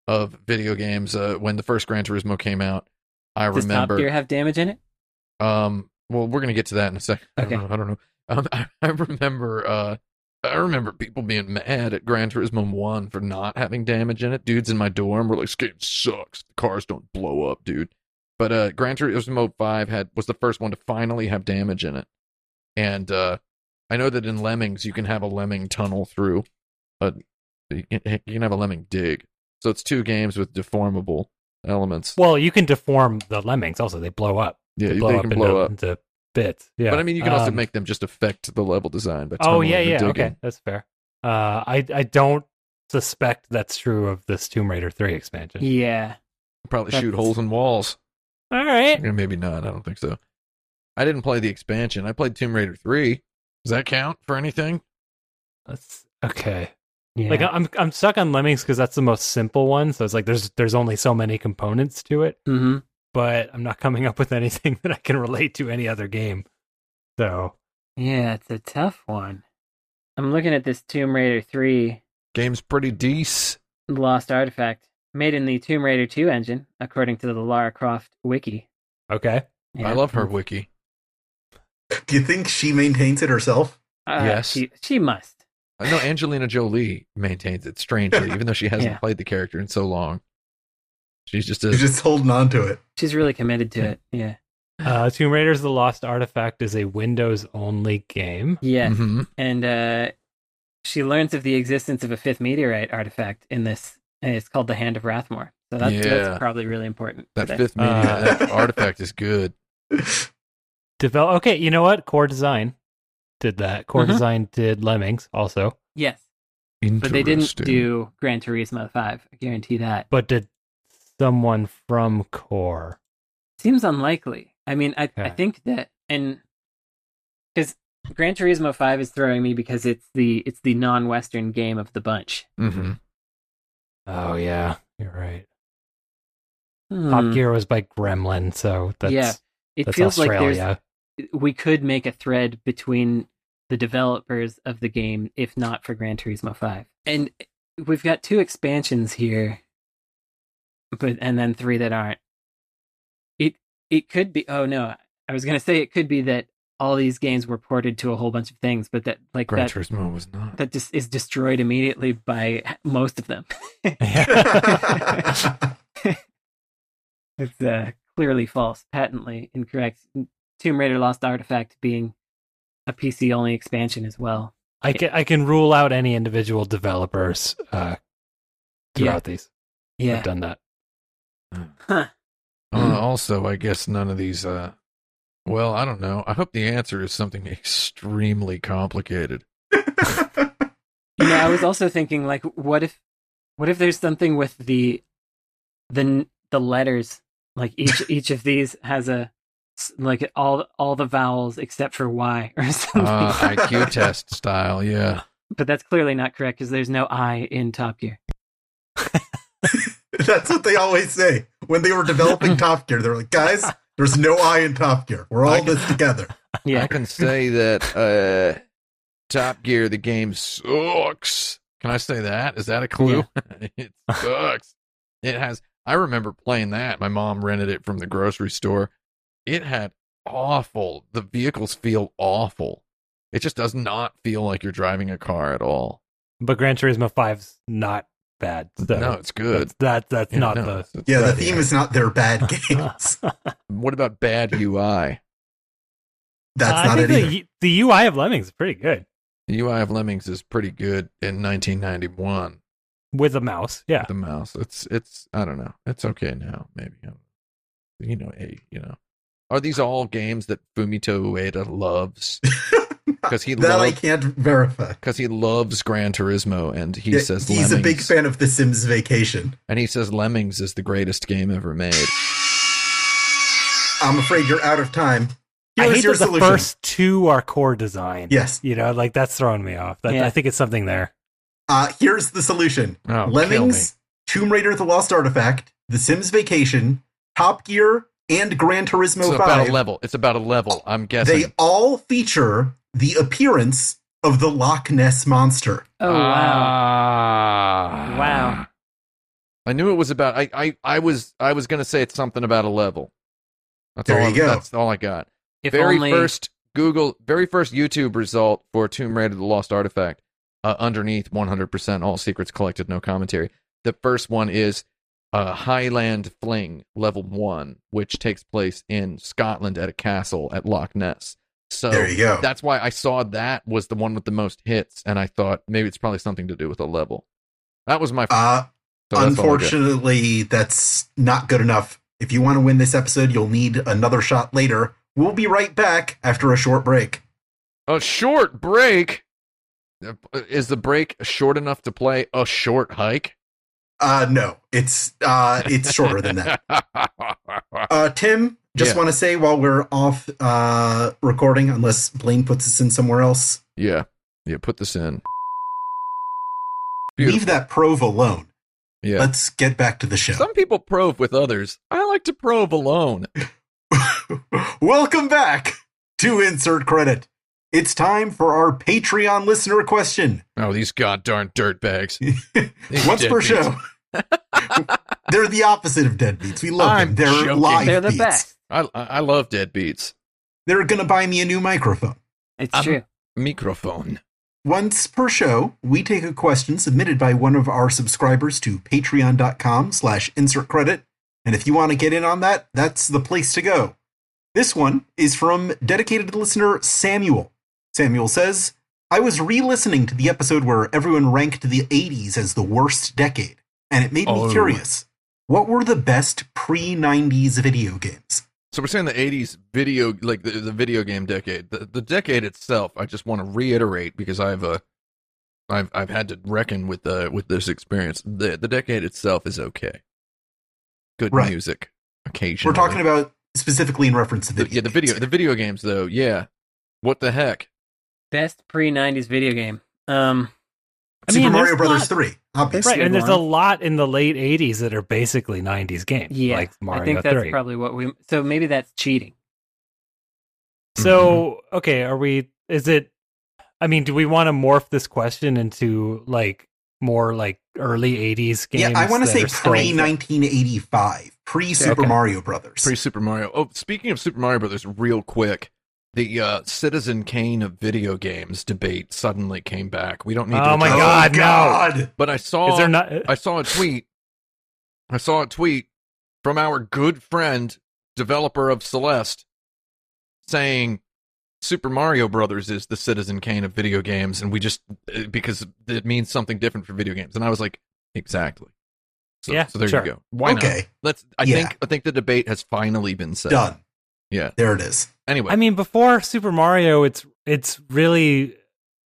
of video games. Uh, when the first Gran Turismo came out, I Does remember. Top Gear have damage in it? Um, well, we're gonna get to that in a second. I Okay. don't know. I, don't know. Um, I, I remember. Uh, I remember people being mad at Gran Turismo One for not having damage in it. Dudes in my dorm were like, "This game sucks. The cars don't blow up, dude." But uh, Gran Turismo Five had was the first one to finally have damage in it, and uh, I know that in Lemmings you can have a lemming tunnel through. A, you can you can have a lemming dig. So it's two games with deformable elements. Well, you can deform the lemmings also. They blow up. yeah, They they blow up can into, blow up. into bits. Yeah. But I mean, you can also Um, make them just affect the level design. By Oh tunneling yeah, and yeah. digging. Okay, that's fair. Uh, I I don't suspect that's true of this Tomb Raider three expansion. Yeah. Probably shoot That's- holes in walls. All right. Yeah, maybe not. I don't think so. I didn't play the expansion. I played Tomb Raider three. Does that count for anything? That's okay. Yeah. Like I'm I'm stuck on Lemmings because that's the most simple one. So it's like there's there's only so many components to it, mm-hmm. but I'm not coming up with anything that I can relate to any other game. So Yeah, it's a tough one. I'm looking at this Tomb Raider 3 Game's pretty decent. Lost Artifact, made in the Tomb Raider 2 engine, according to the Lara Croft wiki. Okay. Yeah. I love her wiki. Do you think she maintains it herself? Uh, Yes. She, she must. I know Angelina Jolie maintains it strangely, even though she hasn't Yeah. played the character in so long. She's just a She's just holding on to it. She's really committed to it. Yeah. Uh, Tomb Raiders: The Lost Artifact is a Windows-only game. Yes. Mhm. And uh, she learns of the existence of a fifth meteorite artifact in this. And it's called the Hand of Wrathmore. So that's, Yeah. that's probably really important. that But, uh, fifth meteor, Uh, that artifact is good. Develop. Okay, you know what? Core Design did that. Core Mm-hmm. Mhm. Design did Lemmings also, Yes. But they didn't do Gran Turismo 5. I guarantee that. but did someone from Core? Seems unlikely. I mean, I, I Okay. think that and because Gran Turismo Five is throwing me because it's the it's the non-Western game of the bunch. hmm Oh yeah, you're right. Hmm. Top Gear was by Gremlin, so that's Yeah, it that's feels like Australia. there's we could make a thread between the developers of the game, if not for Gran Turismo Five. And we've got two expansions here, but and then three that aren't. It it could be. Oh no, I was gonna say it could be that all these games were ported to a whole bunch of things, but that like Gran that Turismo was not. that just is destroyed immediately by most of them. It's uh, clearly false, patently incorrect. Tomb Raider Lost Artifact being a PC only expansion as well. I can I can rule out any individual developers uh, Yeah. throughout these. Yeah. I've done that. Huh. Uh, also, I guess none of these. Uh, well, I don't know. I hope the answer is something extremely complicated. You know, I was also thinking like, what if, what if there's something with the, the n- the letters like each each of these has a s- like all all the vowels except for Y or something. Uh, IQ test style, yeah. but that's clearly not correct because there's no I in Top Gear. That's what they always say when they were developing Top Gear. They're like, guys, there's no I in Top Gear. We're all this together. Yeah, I can say that uh, Top Gear, the game sucks. Can I say that? Is that a clue? it sucks. It has. I remember playing that. My mom rented it from the grocery store. It had awful. The vehicles feel awful. It just does not feel like you're driving a car at all. But Gran Turismo 5's not bad. So no, it's good. That's that, that's Yeah, not no, the it's- it's Yeah, the bad. theme is not their bad games. That's What about bad UI? I not think it either. the, the UI of Lemmings is pretty good The UI of Lemmings is pretty good in 1991. with a mouse. Yeah. the mouse. It's it's I don't know. It's okay now, maybe. I don't know. You know, hey, you know. Are these all games that Fumito Ueda loves? Because he that I loves can't verify. because he loves Gran Turismo, and he Yeah, says he's Lemmings, a big fan of The Sims Vacation. and he says Lemmings is the greatest game ever made. I'm afraid you're out of time. I Here's hate your that the solution. first two are core design. Yes. You know, like that's throwing me off. That, Yeah. I think it's something there. Uh, here's the solution. Oh, Lemmings, Tomb Raider: The Lost Artifact, The Sims Vacation, Top Gear, and Gran Turismo kill me. It's about a 5. level. It's about a level. I'm guessing. They all feature the appearance of the Loch Ness monster. Oh Uh, wow. Ah. Wow. I knew it was about. I I, I was I was gonna say it's something about a level. That's There all. you go. That's all I got. If very only first Google, very first YouTube result for Tomb Raider: The Lost Artifact. Uh, underneath, 100% all secrets collected, no commentary. The first one is uh, Highland Fling, level one, which takes place in Scotland at a castle at Loch Ness. So there you go. that's why I saw that was the one with the most hits, and I thought maybe it's probably something to do with a level. That was my. Uh, so oh, that's all I got. Unfortunately, that's not good enough. If you want to win this episode, you'll need another shot later. We'll be right back after a short break. A short break. Is the break short enough to play a short hike? Uh no, it's uh it's shorter than that. Uh Tim, just Yeah. want to say while we're off uh recording, unless Blaine puts us in somewhere else, yeah. Yeah, put this in. leave Beautiful. that prove alone. Yeah. Let's get back to the show. Some people probe with others. I like to probe alone. Welcome back to Insert Credit. It's time for our Patreon listener question. Oh, these goddamn dirtbags. These Once per deadbeats. show. they're the opposite of deadbeats. We love I'm them. They're joking. live. they're the beats. best. I I love dead beats. They're going to buy me a new microphone. It's Um, true. Microphone. Once per show, we take a question submitted by one of our subscribers to patreon.com slash insert credit. And if you want to get in on that, that's the place to go. This one is from dedicated listener Samuel. Samuel says, I was re listening to the episode where everyone ranked the 80s as the worst decade, and it made me Oh. curious. What were the best pre 90s video games? So we're saying the '80s video, like the, the video game decade, the, the decade itself. I just want to reiterate because I've uh, I've I've had to reckon with uh, with this experience. The the decade itself is okay. Good Right. music, occasionally. We're talking about specifically in reference to The- video. yeah the games video here. the video games though. Yeah, what the heck? Best pre '90s video game. Um, I Super mean, there's Mario a Brothers lot- 3, obviously. Right, good and there's a one. lot in the late '80s that are basically '90s games, yeah, like Mario I think that's 3. probably what we. So maybe that's cheating. So, Mm-hmm. okay, are we? Is it? I mean, do we want to morph this question into like more like early '80s games? Yeah, I want to that say are still- pre 1985, pre Super okay. Mario Brothers. Pre Super Mario. Oh, speaking of Super Mario Brothers, real quick, the uh, Citizen Kane of video games debate suddenly came back. We don't need. to Oh my address- God, no. God. But I saw. Is there not? I saw a tweet. I saw a tweet from our good friend, developer of Celeste, saying Super Mario Brothers is the Citizen Kane of video games, and we just uh, because it means something different for video games. And I was like, exactly. So, Yeah, so there sure. you go. Why not? Okay, Let's. I Yeah. think. I think the debate has finally been set. done. Yeah. There it is. Anyway, I mean, before Super Mario, it's it's really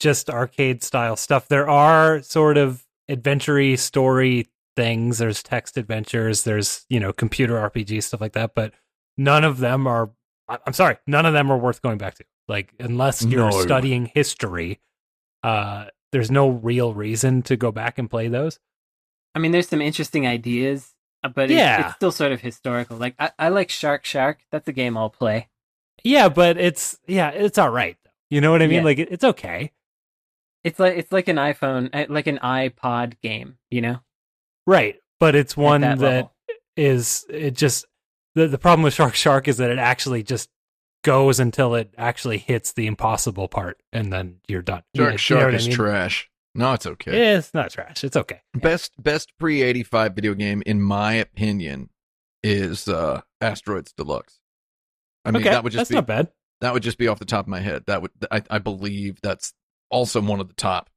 just arcade style stuff. There are sort of adventure story things. There's text adventures. There's you know computer RPG stuff like that. But none of them are. I- I'm sorry, none of them are worth going back to. Like unless you're No. studying history, uh, there's no real reason to go back and play those. I mean, there's some interesting ideas, uh, but yeah. it's, Yeah. it's still sort of historical. Like I, I like Shark Shark. That's a game I'll play. Yeah, but it's yeah, it's all right. though. You know what I mean? Yeah. Like it, it's okay. It's like it's like an iPhone, uh, like an iPod game. You know, At Right. But it's one that, level. is it just the the problem with Shark Shark is that it actually just goes until it actually hits the impossible part and then you're done. Shark You know Shark what I is mean? trash. No, it's okay. Yeah, it's not trash. It's okay. Best best pre eighty five video game in my opinion is uh Asteroids Deluxe. I mean okay, that would just that's be not bad. that would just be off the top of my head. That would I, I believe that's also one of the top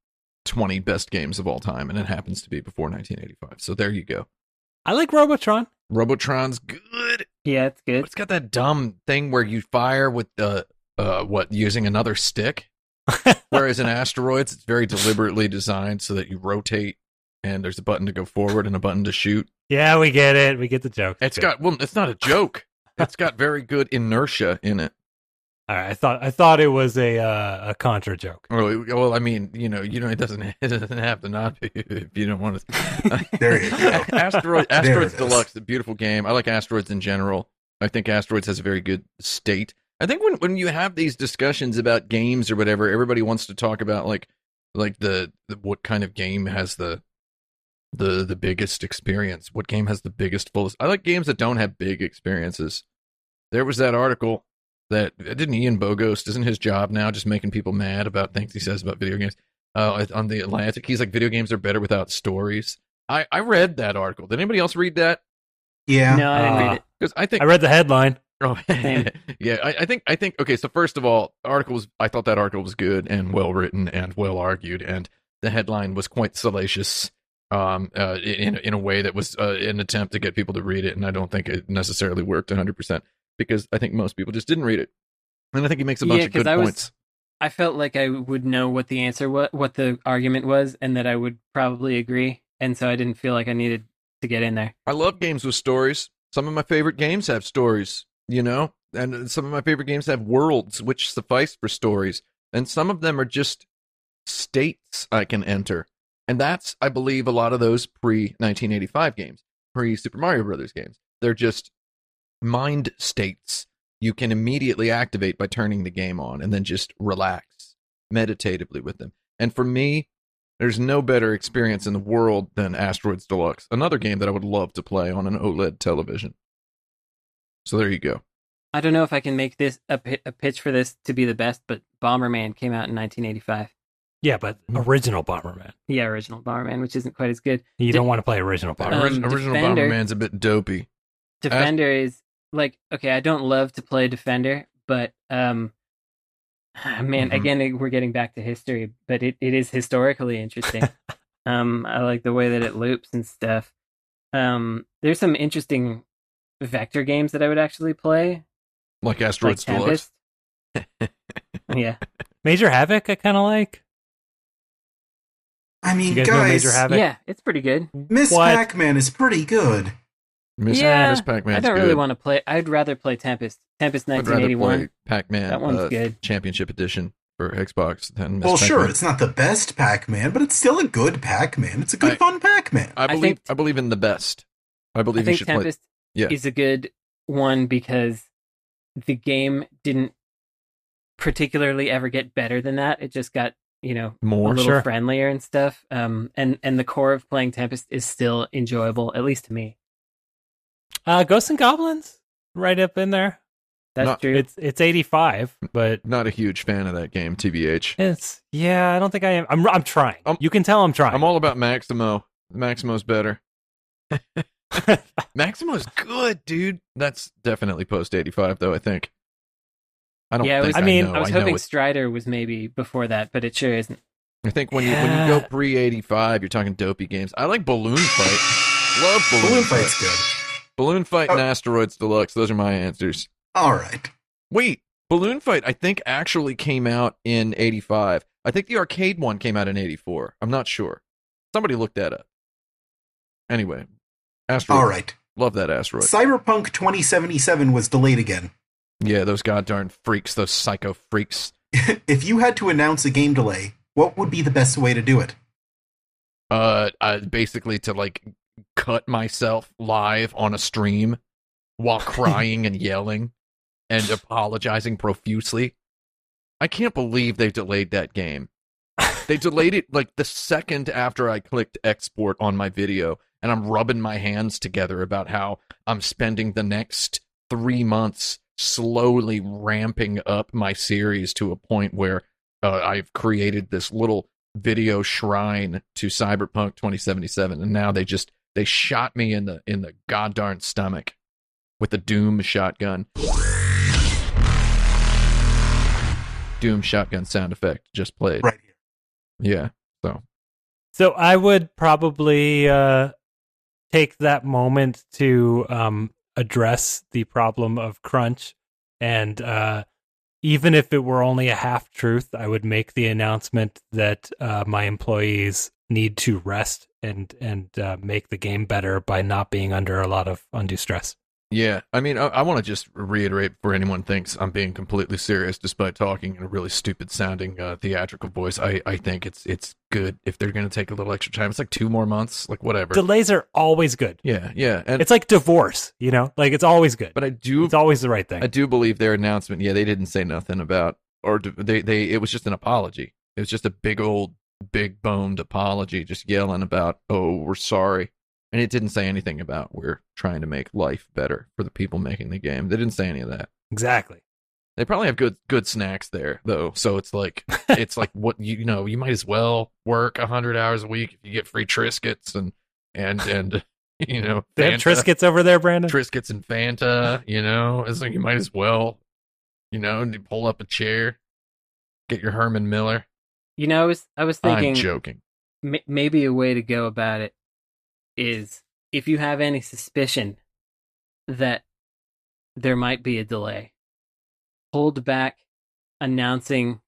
twenty best games of all time, and it happens to be before nineteen eighty five. So there you go. I like Robotron. Robotron's good. yeah, it's But good. it's got that dumb thing where you fire with the uh what using another stick. Whereas in asteroids, it's very deliberately designed so that you rotate and there's a button to go forward and a button to shoot. Yeah, we get it. We get the joke. It's Good. got well, it's not a joke. It's got very good inertia in it. All right, I thought I thought it was a uh, a contra joke. Well, it- well, I mean, you know, you know, it doesn't it doesn't have to not be if you don't want to. There you go. Asteroid it Asteroids is. Deluxe, a beautiful game. I like Asteroids in general. I think Asteroids has a very good state. I think when when you have these discussions about games or whatever, everybody wants to talk about like like the, the what kind of game has the the the biggest experience. What game has the biggest fullest? I like games that don't have big experiences. There was that article that didn't Ian Bogos isn't his job now just making people mad about things he says about video games uh, on the Atlantic. He's like video games are better without stories. I, I read that article. Did anybody else read that? Yeah. No, I didn't Uh, read it. Because I think I read the headline. Oh, Same. yeah, I, I think I think okay. So first of all, articles. I thought that article was good and well written and well argued, and the headline was quite salacious. Um, uh, in in a way that was uh, an attempt to get people to read it, and I don't think it necessarily worked 100 percent because I think most people just didn't read it, and I think he makes a bunch Yeah, of 'cause good I was- points. I felt like I would know what the answer was, what the argument was, and that I would probably agree, and so I didn't feel like I needed to get in there. I love games with stories. Some of my favorite games have stories, you know, and some of my favorite games have worlds which suffice for stories, and some of them are just states I can enter. And that's, I believe, a lot of those pre 1985 games, pre Super Mario Brothers games. They're just mind states you can immediately activate by turning the game on and then just relax meditatively with them. And for me, there's no better experience in the world than Asteroids Deluxe, another game that I would love to play on an OLED television. E So there you go. I don't know if I can make this a, pi- a pitch for this to be the best, but Bomberman came out in 1985. Yeah, but Mm-hmm. original Bomberman. Yeah, original Bomberman, which isn't quite as good. You Did- don't want to play original Bomberman. Orig- original Um, Defender. Bomberman's a bit dopey. Defender is like okay, I don't love to play Defender, but um ah, man, Mhm. again we're getting back to history, but it, it is historically interesting. um I like the way that it loops and stuff. Um there's some interesting vector games that I would actually play. Like Like Asteroids Deluxe. Tempest. yeah. Major Havoc, I kind of like. I Do mean, you guys know guys, Major Havoc? Yeah, it's pretty good. Miss What? Pac Man is pretty good. Miss, Yeah, Miss Pac-Man's I don't good. really want to play I'd rather play Tempest. Tempest I'd rather 1981. play Pac-Man That one's uh, good. Championship Edition for Xbox than Miss well, sure, Pac-Man. it's not the best Pac Man, but it's still a good Pac Man. It's a good, I- fun Pac Man. I believe I, think- believe in the best. I I believe you think should play. Tempest Yeah. is a good one because the game didn't particularly ever get better than that. It just got you know a More little sure. friendlier and stuff. Um, and and the core of playing Tempest is still enjoyable, at least to me. Uh, Ghosts and Goblins, right up in there. That's Not- true. It's it's 85, but Not a huge fan of that game, TBH. it's yeah. I don't think I am. I'm I'm trying. I'm- you can tell I'm trying. Um, I'm all about Maximo. Maximo's better. Maximo's good, dude. That's definitely post 85 though, I think. I don't Yeah, it think was- I mean, know. I was know hoping it. Strider was maybe before that, but it sure isn't. I think when you when you Yeah. go pre 85, you're talking dopey games. I like Balloon Fight. Love Balloon, Balloon Fight. Fight's good. Balloon Fight and Oh. Asteroids Deluxe. Those are my answers. All right. Wait, Balloon Fight, I think actually came out in 85. I think the arcade one came out in 84. I'm not sure. Somebody looked that up. Anyway, Asteroid. All right. Love that asteroid. Cyberpunk 2077 was delayed again. yeah, those goddamn freaks, those psycho freaks. if you had to announce a game delay, what would be the best way to do it? Uh, uh, basically to like cut myself live on a stream while crying and yelling and apologizing profusely. I can't believe they delayed that game. They delayed it like the second after I clicked export on my video, and I'm rubbing my hands together about how I'm spending the next three months slowly ramping up my series to a point where uh, I've created this little video shrine to Cyberpunk 2077, and now they just they shot me in the in the goddarn stomach with the Doom shotgun. Doom shotgun sound effect just played. Right here. Yeah. So I would probably uh, take that moment to um, address the problem of crunch, and uh, even if it were only a half truth, I would make the announcement that uh, my employees need to rest and and uh, make the game better by not being under a lot of undue stress. Yeah. I mean, I, I want to just reiterate before anyone thinks I'm being completely serious, despite talking in a really stupid sounding uh, theatrical voice. I, I think it's it's good if they're going to take a little extra time. It's like two more months, like whatever. Delays are always good. yeah. Yeah. And It's like divorce, you know, like it's always good. but I do It's always the right I thing. do believe their announcement. Yeah, they didn't say nothing about, or d- they they it was just an apology. It was just a big old big boned apology, just yelling about, "Oh, we're sorry," and it didn't say anything about we're trying to make life better for the people making the game. They didn't say any of that. Exactly. They probably have good good snacks there though, so it's like it's like what you know you might as well work hundred hours a week if you get free Triscuits and and and you know They have Fanta. Triscuits over there, Brandon. Triscuits and Fanta, you know, it's like you might as well, you know, and you pull up a chair, get your Herman Miller. You know, I was I was thinking I'm joking. ma- maybe a way to go about it is if you have any suspicion that there might be a delay, hold back announcing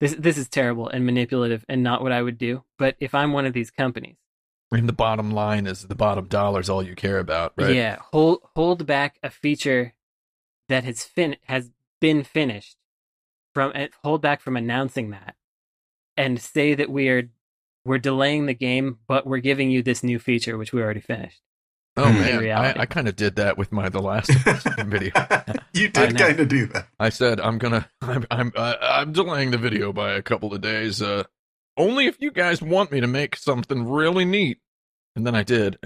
this this is terrible and manipulative and not what I would do, but if I'm one of these companies, And the bottom line is the bottom dollar's all you care about, right? yeah, hold hold back a feature that has fin has been finished from and hold back from announcing that and say that we are we're delaying the game, but we're giving you this new feature which we already finished. Oh In man, reality. I, I kind of did that with my The Last of Us video. you I did know. kind of do that. I said I'm gonna, I'm, I'm, uh, I'm delaying the video by a couple of days. Uh, only if you guys want me to make something really neat. And then I did.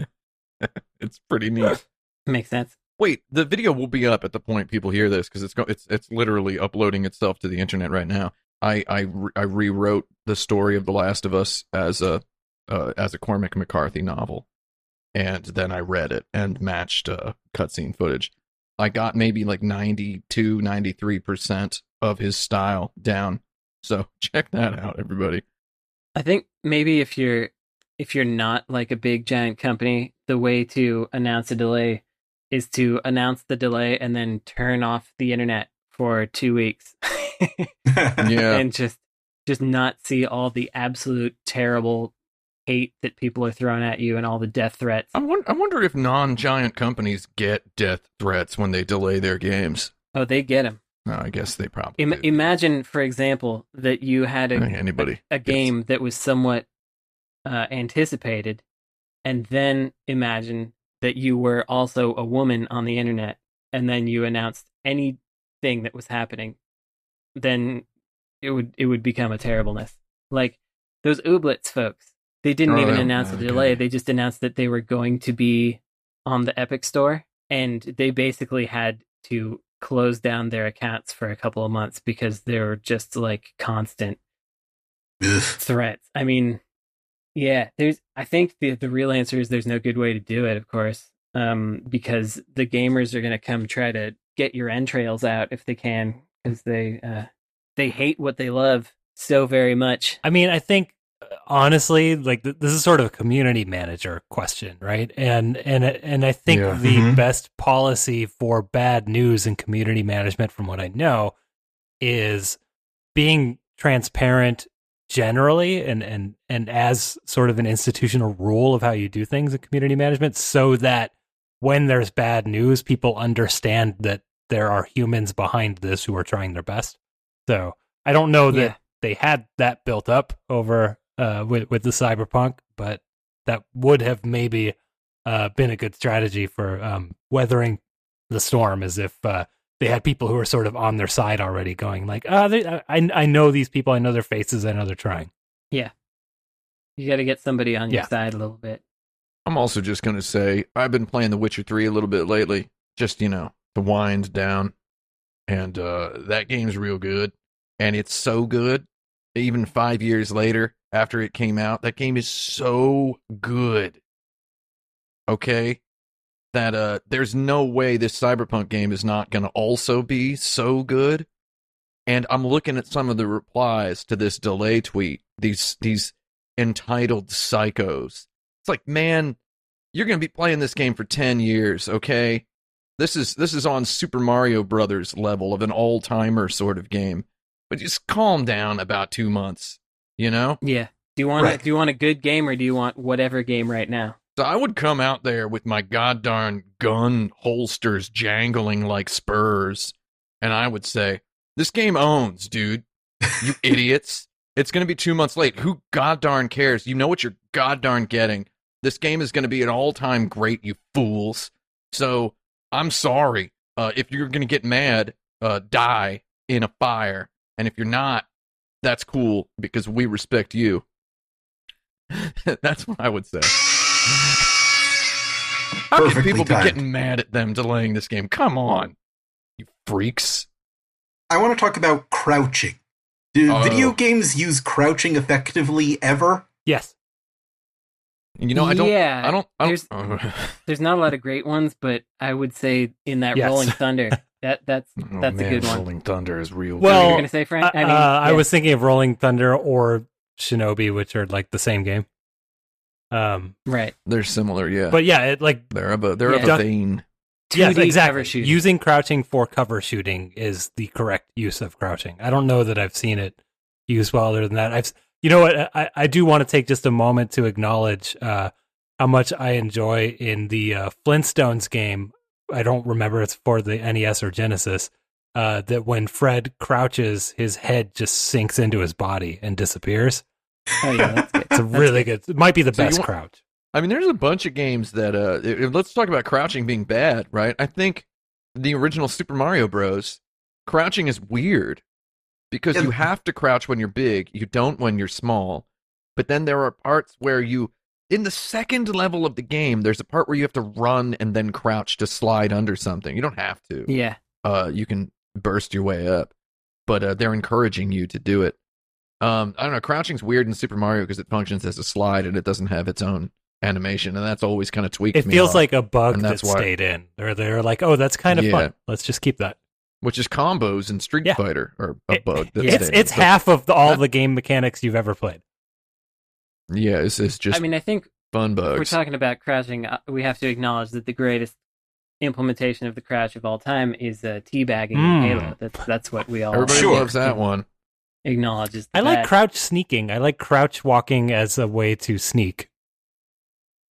it's pretty neat. Makes sense. Wait, the video will be up at the point people hear this because it's go- it's it's literally uploading itself to the internet right now. I I, re- I rewrote the story of The Last of Us as a uh, as a Cormac McCarthy novel, and then I read it and matched uh, cutscene footage. I got maybe like 92, 93 percent of his style down. So check that out, everybody. I think maybe if you're if you're not like a big giant company, the way to announce a delay is to announce the delay and then turn off the internet for 2 weeks Yeah, and just just not see all the absolute terrible hate that people are throwing at you and all the death threats. I wonder, I wonder if non-giant companies get death threats when they delay their games. Oh, they get them. No, I guess they probably Im- do. imagine, for example, that you had I a think anybody. a game that was somewhat uh, anticipated, and then imagine that you were also a woman on the internet, and then you announced anything that was happening, then it would it would become a terribleness. Like those Ooblets folks, they didn't Oh, even yeah. announce a Okay. delay; they just announced that they were going to be on the Epic Store, and they basically had to close down their accounts for a couple of months because they were just like constant Ugh. threats. I mean, yeah, there's. I think the the real answer is there's no good way to do it, of course, um, because the gamers are going to come try to get your entrails out if they can, because they uh, they hate what they love so very much. I mean, I think uh, honestly, like th- this is sort of a community manager question, right? And and and I think Yeah. the Mhm. best policy for bad news in community management, from what I know, is being transparent generally and and and as sort of an institutional rule of how you do things in community management so that when there's bad news people understand that there are humans behind this who are trying their best so i don't know that Yeah. Oh, they had that built up over uh, with with the cyberpunk, but that would have maybe uh, been a good strategy for um, weathering the storm, as if uh, they had people who were sort of on their side already, going like, "Ah, they, I I know these people, I know their faces, I know they're trying." You got to get somebody on your Yeah. side a little bit. I'm also just going to say I've been playing The Witcher 3 a little bit lately, just, you know, to wind down. And uh, that game's real good. And it's so good, even five years later after it came out, that game is so good. Okay? That uh, there's no way this Cyberpunk game is not going to also be so good. And I'm looking at some of the replies to this delay tweet, these, these entitled psychos. It's like, man, you're going to be playing this game for 10 years, okay? This is this is on Super Mario Brothers level of an all-timer sort of game. But just calm down about 2 months, you know? Yeah. Do you want Right. a, do you want a good game or do you want whatever game right now? So I would come out there with my goddarn gun holsters jangling like spurs, and I would say, This game owns, dude. You idiots. It's going to be two months late. Who goddarn cares? You know what you're goddarn getting. This game is going to be an all time great, you fools. So I'm sorry. Uh, if you're going to get mad, uh, die in a fire. And if you're not, that's cool because we respect you. that's what I would say. How can Perfectly people timed. be getting mad at them delaying this game? Come on, you freaks! I want to talk about crouching. Do Oh. video games use crouching effectively ever? Yes, You know I don't, Yeah. I don't, I don't. Here's- There's not a lot of great ones, but I would say in that Yes. Rolling Thunder, that that's Oh, that's a man, good one. Rolling Thunder is real. Well- You're good. gonna say, Frank? I, I mean, uh, I yeah. was thinking of Rolling Thunder or Shinobi, which are like the same game. Um, right. they're similar, yeah. but yeah, it like they're of a they're Yeah. of a vein. yes, 2D exactly. cover shooting. Using crouching for cover shooting is the correct use of crouching. I don't know that I've seen it used well other than that. I've you know what I, I do want to take just a moment to acknowledge uh, how much I enjoy in the uh, Flintstones game. I don't remember it's for the NES or Genesis. Uh, that when Fred crouches, his head just sinks into his body and disappears. Oh yeah, that's good. It's a really good. It might be the So you best want- crouch. I mean, there's a bunch of games that uh, i- i- let's talk about crouching being bad, right? I think the original Super Mario Bros. crouching is weird because Yeah. you have to crouch when you're big, you don't when you're small. But then there are parts where you In the second level of the game, there's a part where you have to run and then crouch to slide under something. You don't have to. Yeah. Uh, you can burst your way up, but uh, they're encouraging you to do it. Um, I don't know. Crouching's weird in Super Mario because it functions as a slide and it doesn't have its own animation, and that's always kind of tweaked. It me feels off. like a bug And that that's why- stayed in. Or they're like, oh, that's kind of Yeah. fun. Let's just keep that. which is combos in Street Yeah. Fighter or a It- bug. That's It's there. it's But, half of the, all the game mechanics you've ever played. Yeah, it's, it's just I mean, I think fun if we're bugs. talking about crouching. uh, We have to acknowledge that the greatest implementation of the crouch of all time is uh, teabagging Mm. in Halo. That's that's what we all Everybody Sure. loves that one. acknowledges. I like that. crouch sneaking. I like crouch walking as a way to sneak.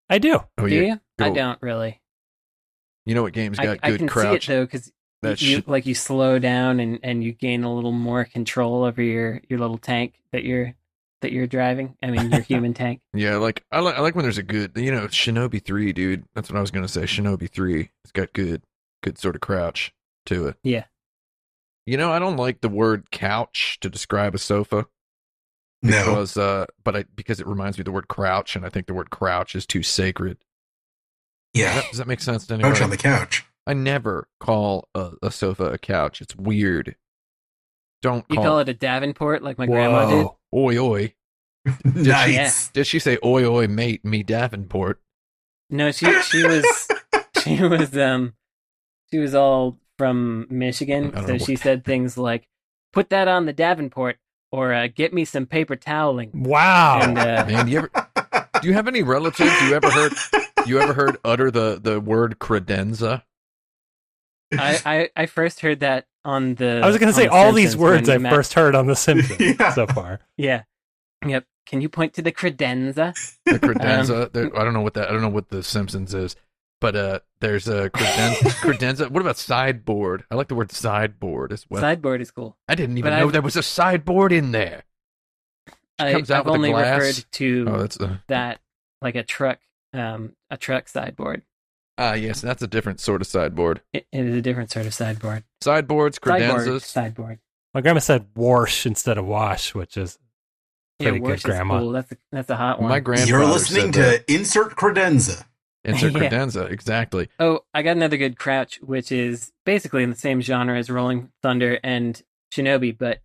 I do. Oh Do yeah, you? I Go- don't really. You know what game's I, got I good can crouch? see it though because that you shit. like you slow down and and you gain a little more control over your your little tank that you're that you're driving. I mean, your human tank. Yeah, like I, li- I like when there's a good, you know, Shinobi three, dude. That's what I was gonna say. Shinobi three, it's got good, good sort of crouch to it. Yeah. You know, I don't like the word couch to describe a sofa No. because, uh, but I because it reminds me of the word crouch, and I think the word crouch is too sacred. Does Yeah. that, does that make sense to anybody? Couch on the couch. I never call a, a sofa a couch. It's weird. Don't You call, Oh, call it a Davenport, like my grandma did. Oi oi. nice. Did she say oi oi mate me Davenport? No, she she was she was um she was all from Michigan, I don't so know. she said things like, "Put that on the Davenport," or uh, "Get me some paper toweling." Wow. And uh, Man, do you ever do you have any relatives you ever heard you ever heard utter the, the word credenza? I, I I first heard that on the. I was going to on say The all these Simpsons words when I Matt- first heard on The Simpsons Yeah. so far. Yeah. Yep. Can you point to the credenza? The credenza. Um, there- I don't know what that I don't know what the Simpsons is. But uh there's a creden, credenza. What about sideboard? I like the word sideboard as well. Sideboard is cool. I didn't even but know I've- there was a sideboard in there. I, comes out I've with a only glass. referred to Oh, that's uh, that like a truck, um, a truck sideboard. ah yes, that's a different sort of sideboard. It, it is a different sort of sideboard. Sideboards, Sideboard. credenzas. Sideboard. My grandma said wash instead of wash, which is Pretty good Warsh is grandma. cool. That's a, that's a hot one. My grandfather You're listening said that. to Insert Credenza. insert Yeah. credenza exactly. Oh, I got another good crouch, which is basically in the same genre as Rolling Thunder and Shinobi, but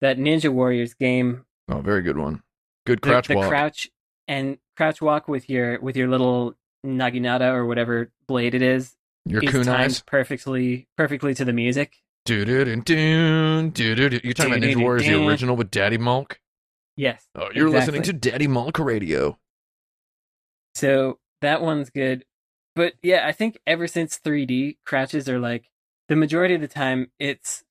that Ninja Warriors game, Oh, very good one. Good the- crouch the, walk. crouch and crouch walk with your with your little naginata or whatever blade it is, Your is kunais. timed perfectly perfectly to the music. Do do do do do do. You're talking about Ninja Warriors, the Doo-doo-doo-doo. original with Daddy Monk. Yes. Oh, you're listening to exactly. Daddy Monk Radio. So that one's good. But yeah, I think ever since 3D, crouches are like the majority of the time it's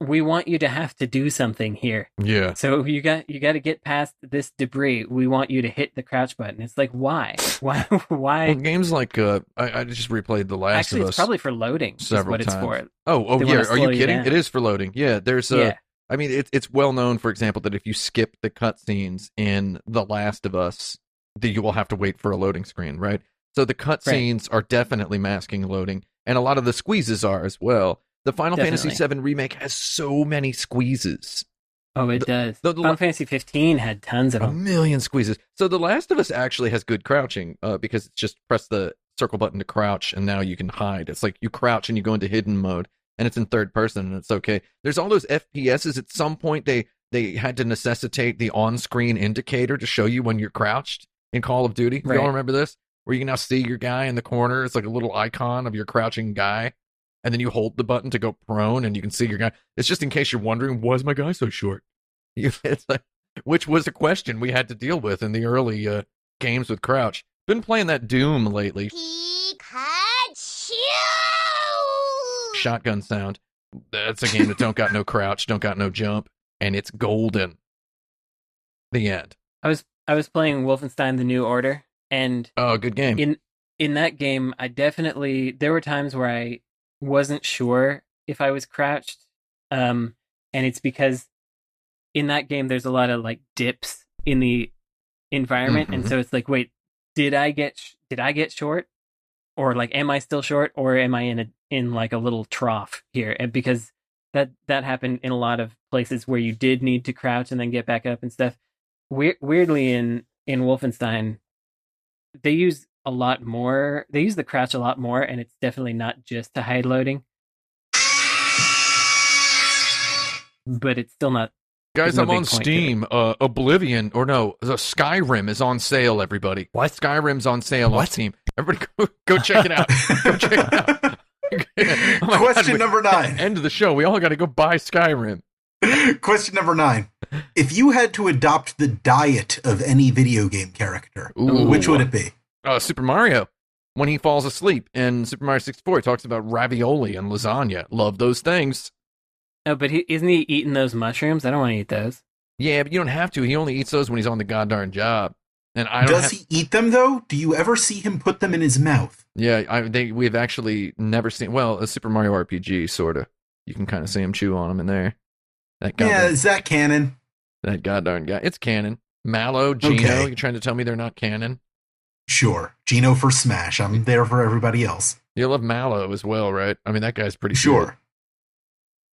we want you to have to do something here. Yeah, So you got you got to get past this debris. We want you to hit the crouch button. It's like why, why, well, why? games like uh, I, I just replayed The Last Actually, of it's Us. probably for loading. Is several what it's times. for. oh, oh they wanna yeah. Are you slow you kidding? down. it is for loading. Yeah, there's a. I yeah, mean, it, it's well known, for example, that if you skip the cutscenes in The Last of Us, that you will have to wait for a loading screen, right? So the cutscenes are definitely masking loading, and a lot of the squeezes are as well. The Final Fantasy Definitely. VII remake has so many squeezes. oh, it the- does. the- the Final la- Fantasy 15 had tons of a them. million squeezes. So The Last of Us actually has good crouching uh, because it's just press the circle button to crouch and now you can hide. It's like you crouch and you go into hidden mode and it's in third person and it's okay. There's all those FPSs. At some point, they they had to necessitate the on-screen indicator to show you when you're crouched in Call of Duty. Right. Y'all remember this? Where you can now see your guy in the corner. It's like a little icon of your crouching guy. And then you hold the button to go prone and you can see your guy. It's just in case you're wondering, why is my guy so short? You- It's like, which was a question we had to deal with in the early uh, games with Crouch. Been playing that Doom lately. Pikachu! Shotgun sound. That's a game that don't got no crouch, don't got no jump, and it's golden. The end. I was I was playing Wolfenstein: The New Order, and Oh, good game. in in that game, I definitely there were times where I wasn't sure if I was crouched, um, and it's because in that game there's a lot of like dips in the environment, and Mhm. so it's like, wait, did I get sh- did I get short, or like, am I still short, or am I in a in like a little trough here? And because that that happened in a lot of places where you did need to crouch and then get back up and stuff. Weir- weirdly, in in Wolfenstein, they use a lot more. They use the crouch a lot more, and it's definitely not just to hide loading, but it's still not. Guys, no I'm big on point to Steam. Uh, Oblivion, or no, the Skyrim is on sale. Everybody, What? Skyrim's on sale on What? Steam. Everybody, go, go check it out. go check it out. Oh my Oh God, Question we- number nine. End of the show. We all got to go buy Skyrim. Question number nine. If you had to adopt the diet of any video game character, Ooh. which would it be? uh, Super Mario when he falls asleep in Super Mario 64. He talks about ravioli and lasagna. Love those things. Oh, but he, isn't he eating those mushrooms? I don't want to eat those. Yeah, but you don't have to. He only eats those when he's on the goddamn job. And I don't. Does have- he eat them though? Do you ever see him put them in his mouth? Yeah, I, they, we've actually never seen. Well, a Super Mario RPG sort of. You can kind of see him chew on them in there. That god, Yeah, is that canon? that goddamn guy. It's canon. Mallow, Gino. Okay. You're trying to tell me they're not canon? Sure. Gino for Smash. I'm there for everybody else. You love Mallow as well, right? I mean, that guy's pretty good. Sure.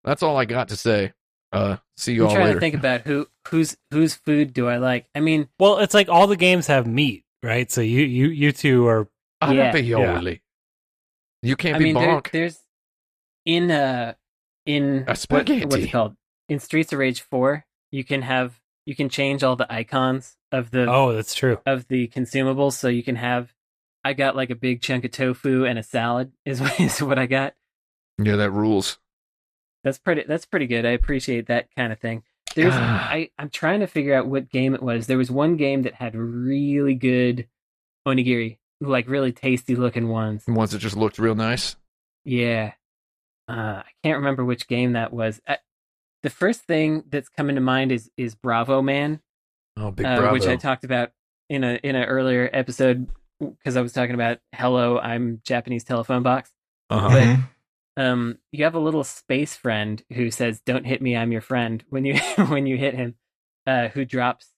That's all I got to say. Uh, see you I'm all trying later. to think about who whose whose food do I like. I mean, Well, it's like all the games have meat, right? So you you you two are I'm Yeah. ravioli. You can't I be mean, there, bonk. there's in uh in A what- what's spaghetti. it called in Streets of Rage Four. You can have you can change all the icons of the Oh, that's true. of the consumables, so you can have. I got like a big chunk of tofu and a salad is what, is what I got. yeah, that rules. That's pretty. That's pretty good. I appreciate that kind of thing. There's. Ah. I. I'm trying to figure out what game it was. There was one game that had really good onigiri, like really tasty looking ones. Once it just looked real nice. Yeah. Uh, I can't remember which game that was. I, the first thing that's coming to mind is is Bravo Man, Oh, big uh, bravo. which I talked about in a in an earlier episode because I was talking about hello, I'm Japanese telephone box. uh-huh. But- Mhm. Um, you have a little space friend who says, "Don't hit me, I'm your friend." When you when you hit him, uh, who drops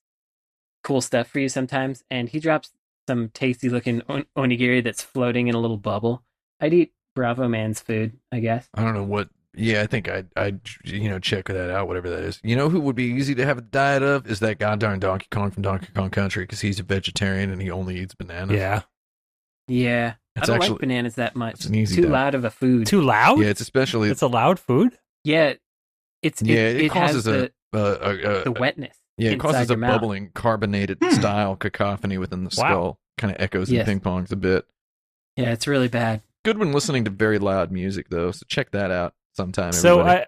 cool stuff for you sometimes, and he drops some tasty looking on- onigiri that's floating in a little bubble. I'd eat Bravo Man's food, I guess. I don't know what. Yeah, I think I I you know check that out. Whatever that is. You know who would be easy to have a diet of is that goddamn Donkey Kong from Donkey Kong Country because he's a vegetarian and he only eats bananas. Yeah. Yeah, It's I don't actually- like bananas that much. it's an easy Too diet. loud of a food. Too loud? yeah, it's especially It's a loud food? yeah, it's it, yeah it, has causes a, the, uh, a, a- the wetness. yeah it inside causes a your mouth. bubbling carbonated Hmm. style cacophony within the Wow. skull. Kind of echoes and Yes. ping pongs a bit. Yeah, it's really bad. Good when listening to very loud music though. So check that out sometime. so everybody. I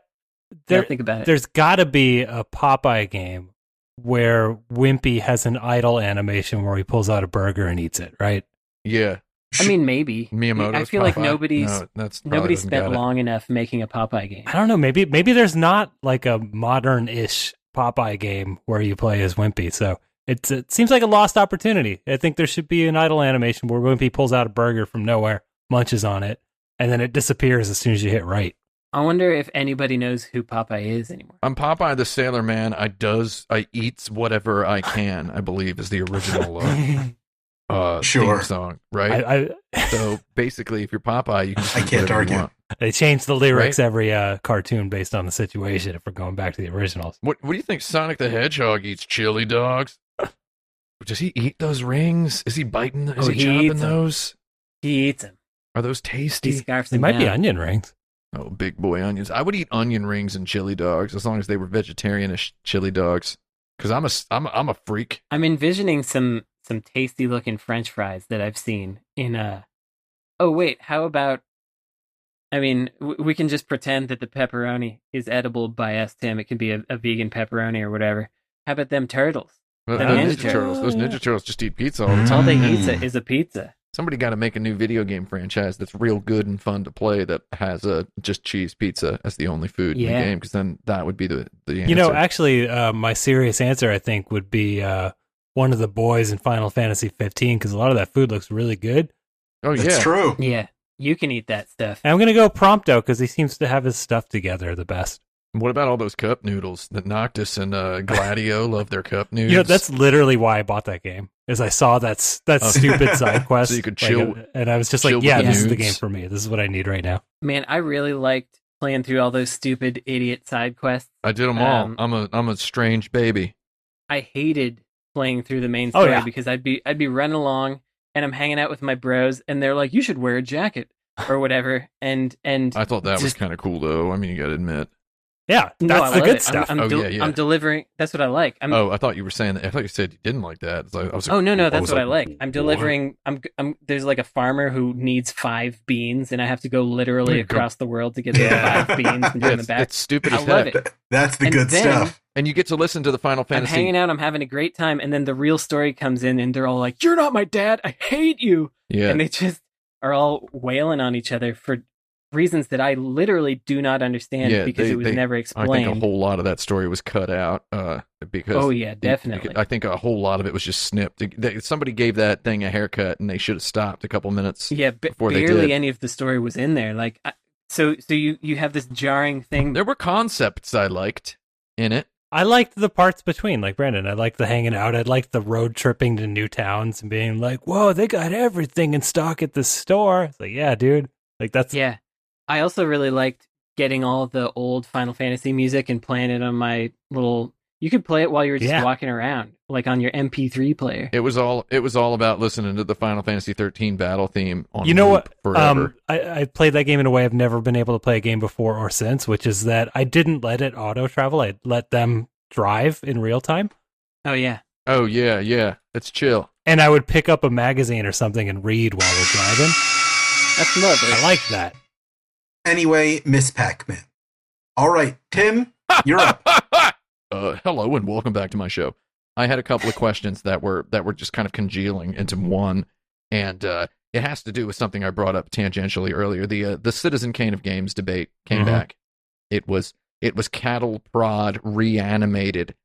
there Don't think about it. there's got to be a Popeye game where Wimpy has an idle animation where he pulls out a burger and eats it, right? yeah, I mean, maybe Miyamoto. I feel like nobody's that's probably Nobody doesn't spent got it. long enough making a Popeye game. I don't know, maybe maybe there's not like a modern-ish Popeye game where you play as Wimpy. So it's, it seems like a lost opportunity. I think there should be an idle animation where Wimpy pulls out a burger from nowhere, munches on it, and then it disappears as soon as you hit right. I wonder if anybody knows who Popeye is anymore. I'm Popeye the Sailor Man. I does I eats whatever I can. I believe is the original uh, I, uh, Sure. theme song, right? I, so basically, if you're Popeye, you can. just I eat can't whatever you argue. want. They change the lyrics every uh, cartoon based on the situation. If we're going back to the originals, What What do you think? Sonic the Hedgehog eats chili dogs. Does he eat those rings? Is he biting? th- Is Oh, he, he chopping eats 'em. those? He eats them. Are those He tasty? scarfs they them might be down. onion rings. Oh, big boy onions. I would eat onion rings and chili dogs as long as they were vegetarianish chili dogs. Because I'm a s- I'm a, I'm a freak. I'm envisioning some some tasty looking French fries that I've seen in a. Oh wait, how about? I mean, w- we can just pretend that the pepperoni is edible by us, Tim. It can be a, a vegan pepperoni or whatever. How about them turtles? Uh, The those Ninja Mm-hmm. Ninja Turtles. Those Ninja Turtles just eat pizza all the time. All they Mm. eat is a- is a pizza. Somebody got to make a new video game franchise that's real good and fun to play that has uh, just cheese pizza as the only food in Yeah. the game because then that would be the the answer. You know, actually, uh, my serious answer I think would be uh, one of the boys in Final Fantasy 15 because a lot of that food looks really good. oh That's yeah, true. Yeah, you can eat that stuff. And I'm gonna go Prompto because he seems to have his stuff together the best. what about all those cup noodles that Noctis and uh, Gladio love their cup noodles? You know, that's literally why I bought that game. Is I saw that s- that Oh. stupid side quest, So you could like, chill- uh, and I was just chill like, with yeah, the this is the dudes. game for me. This is what I need right now. Man, I really liked playing through all those stupid idiot side quests. I did them all. um, I'm a I'm a strange baby. I hated playing through the main Oh, story yeah. because I'd be I'd be running along and I'm hanging out with my bros, and they're like, "You should wear a jacket or whatever." And and I thought that was Just- kind of cool, though. I mean, you got to admit. Yeah, no, I that's the love good it. stuff. I'm, I'm, Oh, del- yeah, yeah. I'm delivering. That's what I like. I'm, oh, I thought you were saying that. I thought you said you didn't like that. So I was like, Oh no, no, that's was what I like. I'm delivering. I'm, I'm. There's like a farmer who needs five beans, and I have to go literally Good God. across the world to get the Yeah. five beans and Yeah, bring them it's, back. it's stupid I as love heck. it. Th- that's the And good then- stuff. And you get to listen to the Final I'm Fantasy. hanging out. I'm having a great time, and then the real story comes in, and they're all like, "You're not my dad. I hate you," Yeah, and they just are all wailing on each other for reasons that I literally do not understand Yeah, because they- it was they- never I explained. think a whole lot of that story was cut out uh, because. oh yeah, it- definitely. I think a whole lot of it was just snipped. They- Somebody gave that thing a haircut, and they should have stopped a couple minutes. yeah, ba- before they did. barely any of the story was in there. Like, I, so so you you have this jarring thing. There were concepts I liked in it. I liked the parts between, like Brandon. I liked the hanging out. I liked the road tripping to new towns and being like, "Whoa, they got everything in stock at the store." It's like, yeah, dude. Like that's Yeah. I also really liked getting all the old Final Fantasy music and playing it on my little you could play it while you were just Yeah. walking around, like on your MP3 player. It was all it was all about listening to the Final Fantasy 13 battle theme on You know loop what? forever. Um, I, I played that game in a way I've never been able to play a game before or since, which is that I didn't let it auto travel. I let them drive in real time, Oh yeah. oh yeah, yeah. It's chill. and I would pick up a magazine or something and read while we're driving. That's lovely. I like that. Anyway, Miss Pac-Man. All right, Tim, you're up. uh, hello and welcome back to my show. I had a couple of questions that were that were just kind of congealing into one, and uh, it has to do with something I brought up tangentially earlier. The uh, the Citizen Kane of Games debate came Mhm. back. It was it was cattle prod reanimated,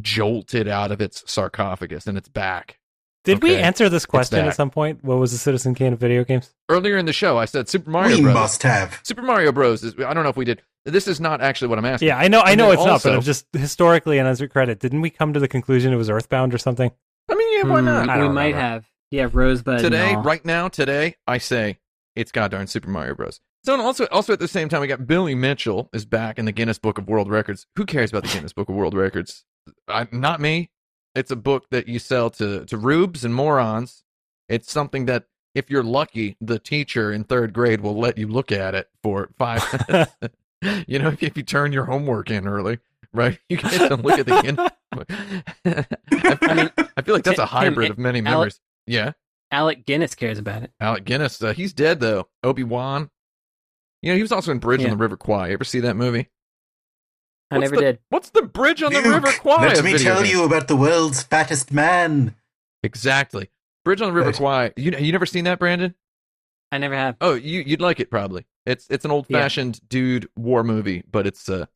jolted out of its sarcophagus, and it's back. Did we Okay. answer this question back. at some point? What was the Citizen Kane of video games? Earlier in the show, I said Super Mario we Bros. must have. Super Mario Bros. Is, I don't know if we did. This is not actually what I'm asking. Yeah, I know, I And know then it's not, but also- I'm just historically and as a credit, didn't we come to the conclusion it was Earthbound or something? I mean, yeah, why Hmm, not? I don't we might remember. have. Yeah, Rosebud. today, and all. right now, today, I say it's goddamn Super Mario Bros. So and also, also at the same time, we got Billy Mitchell is back in the Guinness Book of World Records. Who cares about the Guinness Book of World Records? I, not me. It's a book that you sell to to rubes and morons. It's something that, if you're lucky, the teacher in third grade will let you look at it for five minutes. you know, if, if you turn your homework in early, right? You get to look at the Guinness. Book. I, I mean, I feel like that's a Tim, hybrid it- of many Ale- memories. yeah. Alec Guinness cares about it. Alec Guinness. Uh, he's dead though. Obi Wan. You know he was also in Bridge Yeah. on the River Kwai. You ever see that movie? I What's never the- did. What's the Bridge on the Luke, River Kwai? Let of me video tell games? you about the world's fattest man. exactly. Bridge on the River Right. Kwai. You you never seen that, Brandon? I never have. Oh, you you'd like it probably. It's it's an old fashioned dude war movie, but it's uh,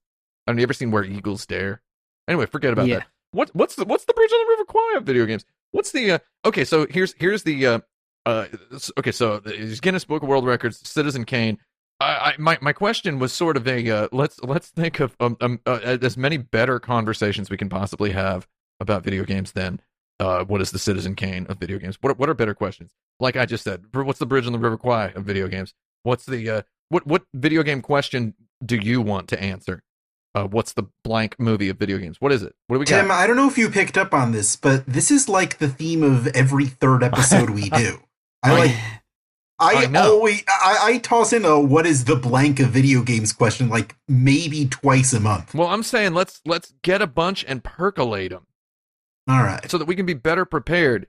I've never seen Where Eagles Dare. Anyway, forget about Yeah. that. What what's the what's the Bridge on the River Kwai of video games? What's the uh, okay? So here's here's the uh, uh s- okay. So there's Guinness Book of World Records, Citizen Kane. I, I my my question was sort of a uh, let's let's think of um, um uh, as many better conversations we can possibly have about video games than uh what is the Citizen Kane of video games? What are- what are better questions? Like I just said, br- what's the bridge on the River Kwai of video games? What's the uh what what video game question do you want to answer? Uh, what's the blank movie of video games? What is it? What do we got? Tim, I don't know if you picked up on this, but this is like the theme of every third episode we do. I like. I, I know. always I, I toss in a what is the blank of video games question like maybe twice a month. Well, I'm saying let's let's get a bunch and percolate them All right. so that we can be better prepared.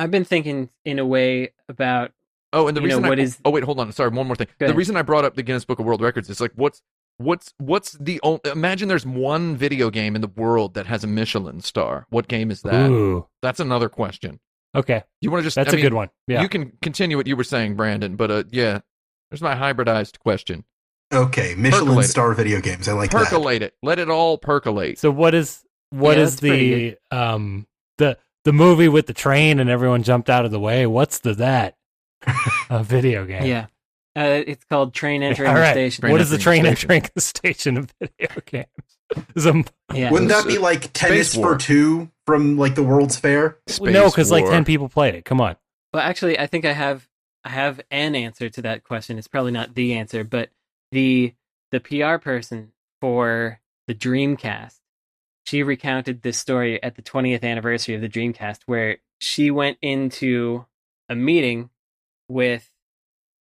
I've been thinking in a way about Oh, and the You know, reason I, what is- oh wait, hold on, sorry, one more thing. The Go ahead. reason I brought up the Guinness Book of World Records is like what's what's what's the only imagine there's one video game in the world that has a Michelin star. What game is that? Ooh, That's another question. okay, You want to just that's a a good one. Yeah, You can continue what you were saying, Brandon, but uh yeah, there's my hybridized question. Okay. Michelin Percolate it. star video games. I like that. Percolate it. Let it all percolate. So what is what Yeah, is that's pretty the um the the movie with the train and everyone jumped out of the way? What's the that? A video game. yeah. Uh, it's called Train Entering All the right. Station. Train what is the entering train the entering the station of video games? Is a- Yeah. Wouldn't This that be is like tennis war. for two from like the World's Fair? Space no, because like war. ten people played it. Come on. Well, actually, I think I have I have an answer to that question. It's probably not the answer, but the the PR person for the Dreamcast, she recounted this story at the 20th anniversary of the Dreamcast, where she went into a meeting with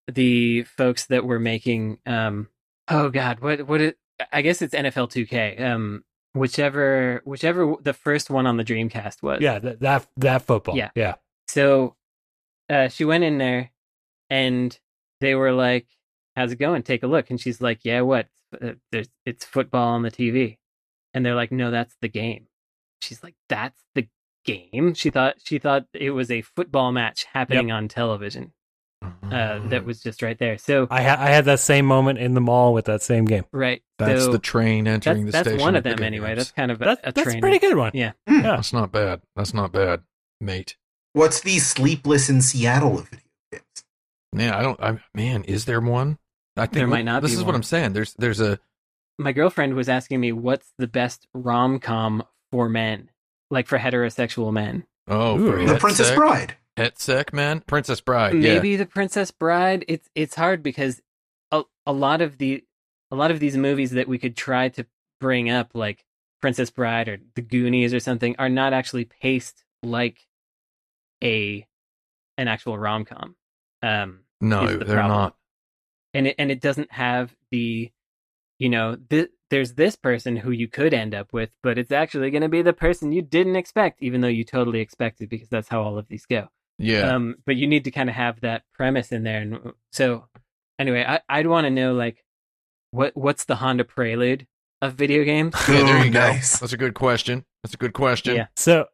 the folks that were making um oh god what what it I guess it's NFL 2K um whichever whichever the first one on the Dreamcast was Yeah, that that, that football. Yeah. yeah. so uh, she went in there and they were like, How's it going? Take a look. And she's like, Yeah, what? Uh, there's, it's football on the TV. And they're like, No, that's the game. She's like, That's the game. She thought she thought it was a football match happening on television uh, Mm. that was just right there. So, I ha- I had that same moment in the mall with that same game. right. That's so the train that's, entering the that's station. one of with them video anyway. games. That's kind of a, That's a that's a trainer. pretty good one. Yeah. yeah. That's not bad. That's not bad, mate. What's the sleepless in Seattle of video games? Man, I don't. I, man, is there one? I think There might not This be is what one. I'm saying. There's there's a my girlfriend was asking me what's the best rom com for men, like for heterosexual men. oh Ooh. for The The het Princess sec- Bride. het sec, man. Princess Bride. yeah. Maybe the Princess Bride. It's it's hard because a, a lot of the a lot of these movies that we could try to bring up, like Princess Bride or The Goonies or something, are not actually paced like a an actual rom com. Um, No, is the they're problem. not. and it and it doesn't have the you know th- there's this person who you could end up with but it's actually going to be the person you didn't expect even though you totally expected because that's how all of these go Yeah. um but you need to kind of have that premise in there and so anyway i i'd want to know like what what's the honda prelude of video games Yeah, there Oh, you nice. go. That's a good question. That's a good question. Yeah. So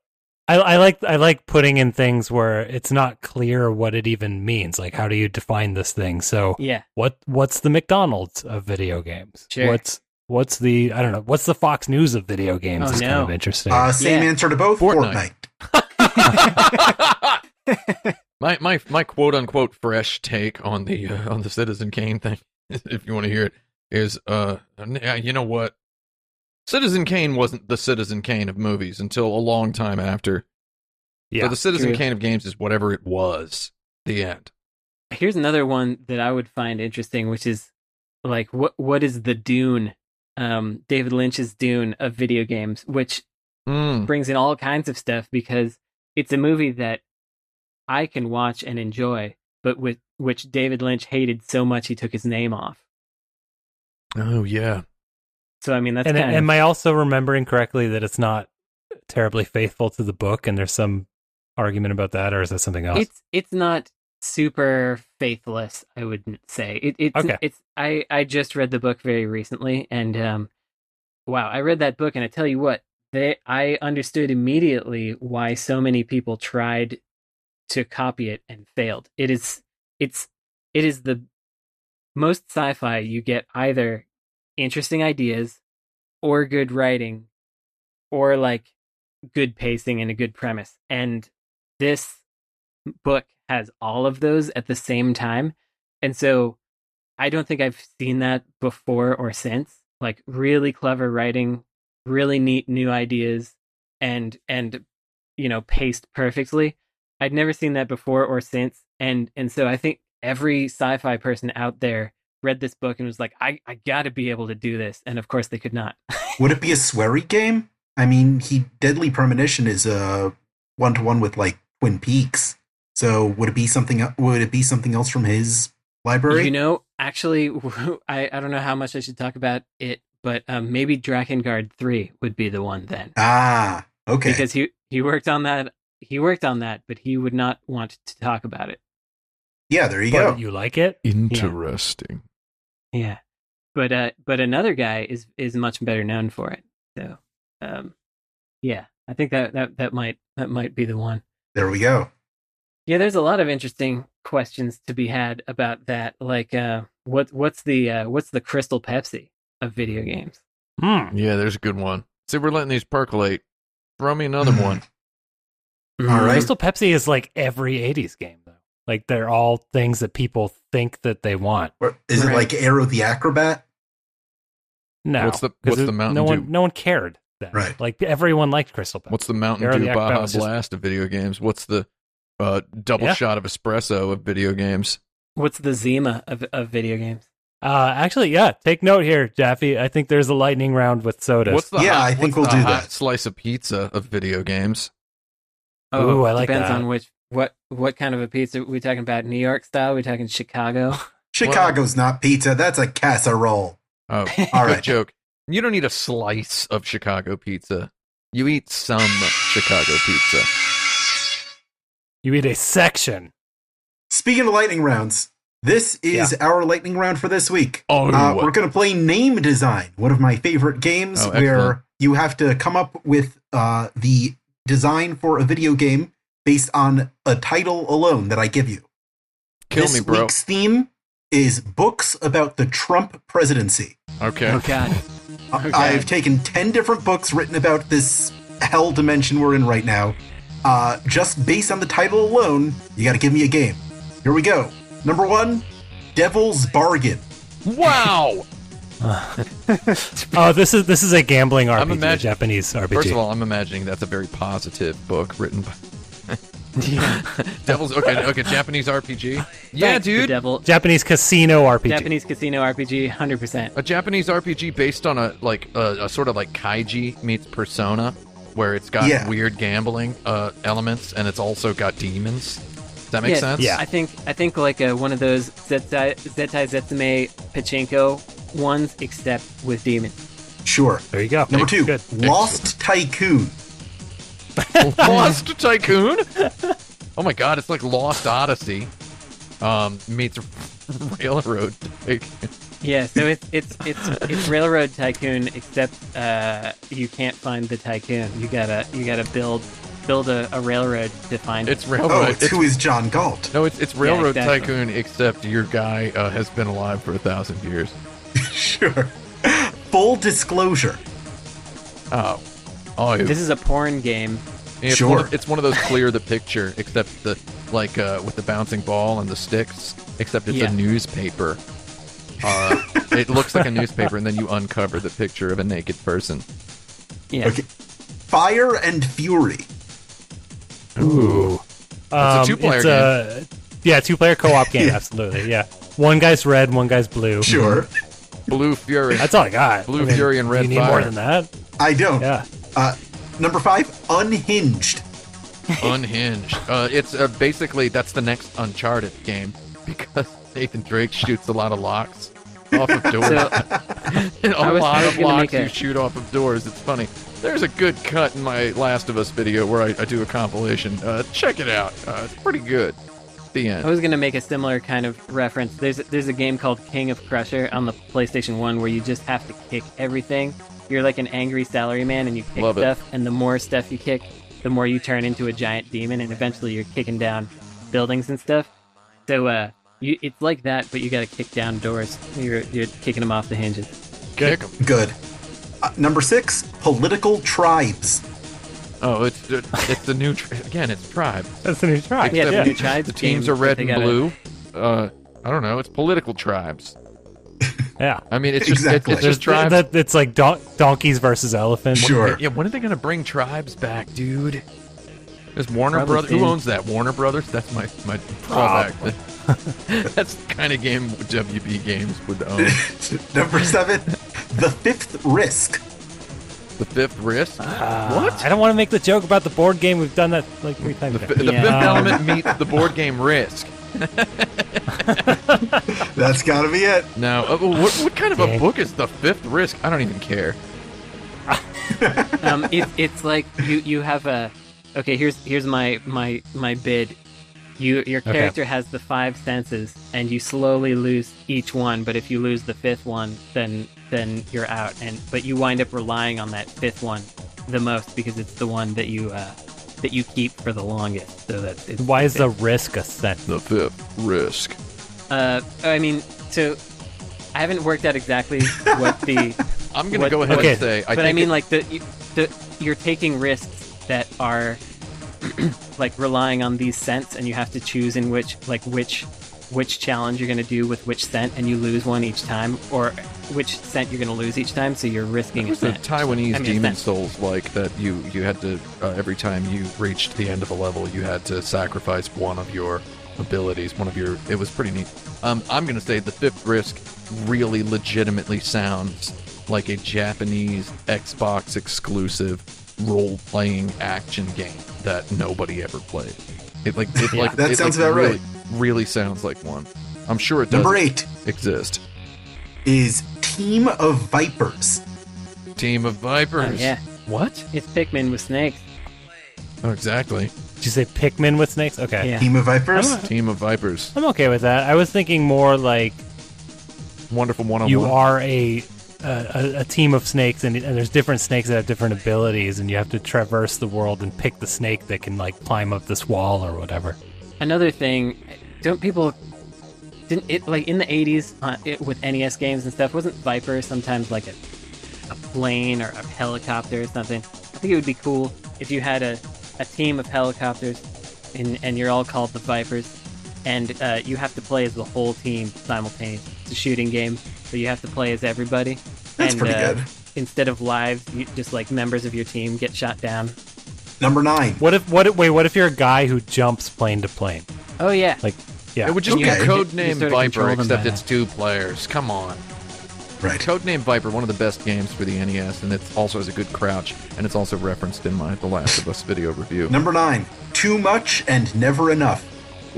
I, I like I like putting in things where it's not clear what it even means. Like how do you define this thing? So yeah what what's the McDonald's of video games? Sure. What's what's the I don't know, what's the Fox News of video games Oh, is kind no. of interesting. Uh, same Yeah. answer to both. Fortnite. Fortnite. my my my quote unquote fresh take on the uh, on the Citizen Kane thing, if you want to hear it, is uh n- uh, you know what, Citizen Kane wasn't the Citizen Kane of movies until a long time after. yeah. so the Citizen true. Kane of games is whatever it was. The end. here's another one that I would find interesting, which is like what what is the Dune, um, David Lynch's Dune of video games, which Mm. brings in all kinds of stuff because it's a movie that I can watch and enjoy, but with which David Lynch hated so much he took his name off. Oh yeah. So I mean that's and kind am of I also remembering correctly that it's not terribly faithful to the book and there's some argument about that or is that something else? it's it's not super faithless. I wouldn't say it. It's Okay. it's I I just read the book very recently, and um, wow, I read that book, and I tell you what, they I understood immediately why so many people tried to copy it and failed. It is it's it is the most sci-fi you get either interesting ideas or good writing or like good pacing and a good premise and this book has all of those at the same time. And so I don't think I've seen that before or since. Like really clever writing, really neat new ideas and and you know, paced perfectly. I'd never seen that before or since. And and so I think every sci-fi person out there read this book and was like, I, I gotta be able to do this. And of course they could not. Would it be a sweary game? I mean, he Deadly Premonition is a one to one with like Twin Peaks. So would it be something? Would it be something else from his library? You know, actually, I, I don't know how much I should talk about it, but um, maybe Drakengard 3 would be the one then. ah, okay. Because he, he worked on that. He worked on that, but he would not want to talk about it. yeah, there you but go. you like it? Interesting. Yeah. But uh, but another guy is is much better known for it. So, um, yeah, I think that, that that might that might be the one. There we go. Yeah, there's a lot of interesting questions to be had about that. Like, uh, what what's the uh, what's the Crystal Pepsi of video games? Hmm. Yeah, there's a good one. See, we're letting these percolate. Throw me another one. All right. Crystal Pepsi is like every 80s game, though. Like, they're all things that people think that they want. Or- Is Right. it like Arrow the Acrobat? No. What's the- 'cause what's it- the Mountain no Dew? one, no one cared then. Right. Like, everyone liked Crystal Pepsi. What's the Mountain Arrow Dew the Acrobat Baja was just- Blast of video games? What's the uh, double Yeah. shot of espresso of video games? What's the Zima of, of video games? uh, actually, yeah, take note here, Jaffe. I think there's a lightning round with sodas. What's the Yeah, hot- I what's think we'll the do hot that. Slice of pizza of video games. Ooh, I like Oh, depends that. on which what what kind of a pizza we talking about? New York style? We talking Chicago? Chicago's not pizza. That's a casserole. Oh, All good right. joke. You don't need a slice of Chicago pizza. You eat some Chicago pizza. You eat a section. Speaking of lightning rounds, this is our lightning round for this week. Oh, Uh, we're going to play Name Design, one of my favorite games Oh, excellent. where you have to come up with uh, the design for a video game based on a title alone that I give you. kill this me, bro. week's theme is books about the Trump presidency. Okay. Oh God! I- Okay. I've taken 10 different books written about this hell dimension we're in right now. Uh, just based on the title alone, you got to give me a game. Here we go. Number one Devil's Bargain. Wow. Oh, this is this is a gambling RPG, I'm imagin- Japanese RPG. First of all, I'm imagining that's a very positive book written by. Devil's okay, okay. Japanese RPG. Yeah, Thanks, the dude. Devil. Japanese casino RPG. Japanese casino RPG, hundred percent. a Japanese RPG based on a like a, a sort of like kaiji meets persona, where it's got Yeah. weird gambling uh, elements and it's also got demons. Does that make sense? Yeah. I think I think like uh one of those Zetai Zetai Zetsume Pachinko ones, except with demons. Sure. There you go. Number two Good. Lost Tycoon. Lost Tycoon. Oh my god, it's like Lost Odyssey um, meets Railroad. Tycoon. Yeah, so it's it's it's it's Railroad Tycoon, except uh, you can't find the tycoon. You gotta you gotta build build a, a railroad to find it. It's Railroad. Oh, it's it's, who is John Galt? no, it's, it's Railroad exactly. Tycoon, except your guy uh, has been alive for a thousand years. Sure. Full disclosure. Oh, oh, This is a porn game. It's Sure. One of, it's one of those clear the picture, except the like uh, with the bouncing ball and the sticks. Except it's Yeah. a newspaper. Uh, it looks like a newspaper, and then you uncover the picture of a naked person. Yeah. Okay. Fire and Fury. Ooh, Um, two-player it's a- yeah, two-player co-op game. Absolutely. Yeah. One guy's red, one guy's blue. Sure. Blue Fury. That's all I got. Blue I mean, Fury and Red You need more Fire. than that. I don't. Yeah. Uh, number five, Unhinged. unhinged. Uh, it's uh, basically that's the next Uncharted game because Nathan Drake shoots a lot of locks off of doors. So And I a was- lot I was of gonna locks make you a- shoot off of doors. It's funny. There's a good cut in my Last of Us video where I, I do a compilation. Uh, check it out. Uh, it's pretty good. The I end. was gonna make a similar kind of reference. There's there's a game called King of Crusher on the PlayStation One where you just have to kick everything. You're like an angry salaryman and you kick Love it. stuff, and the more stuff you kick, the more you turn into a giant demon, and eventually you're kicking down buildings and stuff. So uh, you, it's like that, but you gotta kick down doors. You're you're kicking them off the hinges. Kick 'em. Good. Uh, number six, Political Tribes. Oh, it's it's the new tri- again. It's tribe. That's a new try. Yeah, Except the new tribes. The teams game, are red they and gotta- blue. Uh, I don't know. It's political tribes. Yeah. I mean, it's just Exactly. it's, it's just tribes. That, it's like don- donkeys versus elephants. Sure. Yeah, when are they gonna bring tribes back, dude? Is Warner Probably Brothers? Who soon. owns that? Warner Brothers. That's my my drawback. That's the kind of game WB Games would own. Number seven, The Fifth Risk. The fifth risk. what? Uh, I don't want to make the joke about the board game. We've done that like three times. The, now. fi- the Yeah. fifth element meets the board game risk. That's got to be it. Now, uh, what, what kind of a Yeah. book is the fifth risk? I don't even care. um, it, it's like you you have a okay. Here's here's my my my bid. You your Okay. character has the five senses, and you slowly lose each one. But if you lose the fifth one, then then you're out. And but you wind up relying on that fifth one the most because it's the one that you uh, that you keep for the longest. So that's it's, Why is the risk a sentence? The fifth risk. uh, I mean so. I haven't worked out exactly what the I'm gonna What- go ahead Okay. and say. I but think I mean, it- like the, you- the you're taking risks that are like relying on these scents, and you have to choose in which like which which challenge you're going to do with which scent, and you lose one each time, or which scent you're going to lose each time. So you're risking a It was the scent. Taiwanese I mean, Demon that- Souls like that you you had to uh, every time you reached the end of a level you had to sacrifice one of your abilities one of your it was pretty neat. Um, I'm gonna say the fifth risk really legitimately sounds like a Japanese Xbox exclusive role playing action game that nobody ever played. It like it Yeah. like That it, sounds like, about really, right. Really sounds like one. I'm sure it does Number eight exist. is Team of Vipers. Team of Oh, vipers. yeah, What? it's Pikmin with snakes. Oh, exactly. Did you say Pikmin with snakes? Okay. Yeah. Team of Vipers? I'm, Team of vipers. I'm okay with that. I was thinking more like Wonderful one on you one. are a a, a team of snakes, and, and there's different snakes that have different abilities, and you have to traverse the world and pick the snake that can like climb up this wall or whatever. Another thing, don't people didn't it like in the 80s uh, it, with NES games and stuff wasn't Viper sometimes like a a plane or a helicopter or something? I think it would be cool if you had a, a team of helicopters and and you're all called the Vipers and uh, you have to play as the whole team simultaneously. It's a shooting game, so you have to play as everybody. That's and, pretty uh, good. Instead of lives, you, just like members of your team get shot down. Number nine. What if what? If, wait, what if you're a guy who jumps plane to plane? Oh yeah, Like, yeah, It would just Okay. be code name You sort of Viper, control them except by it's two players. Come on. Right. Codename Viper, one of the best games for the NES, and it also has a good crouch, and it's also referenced in my The Last of Us video review. Number nine. Too much and never enough.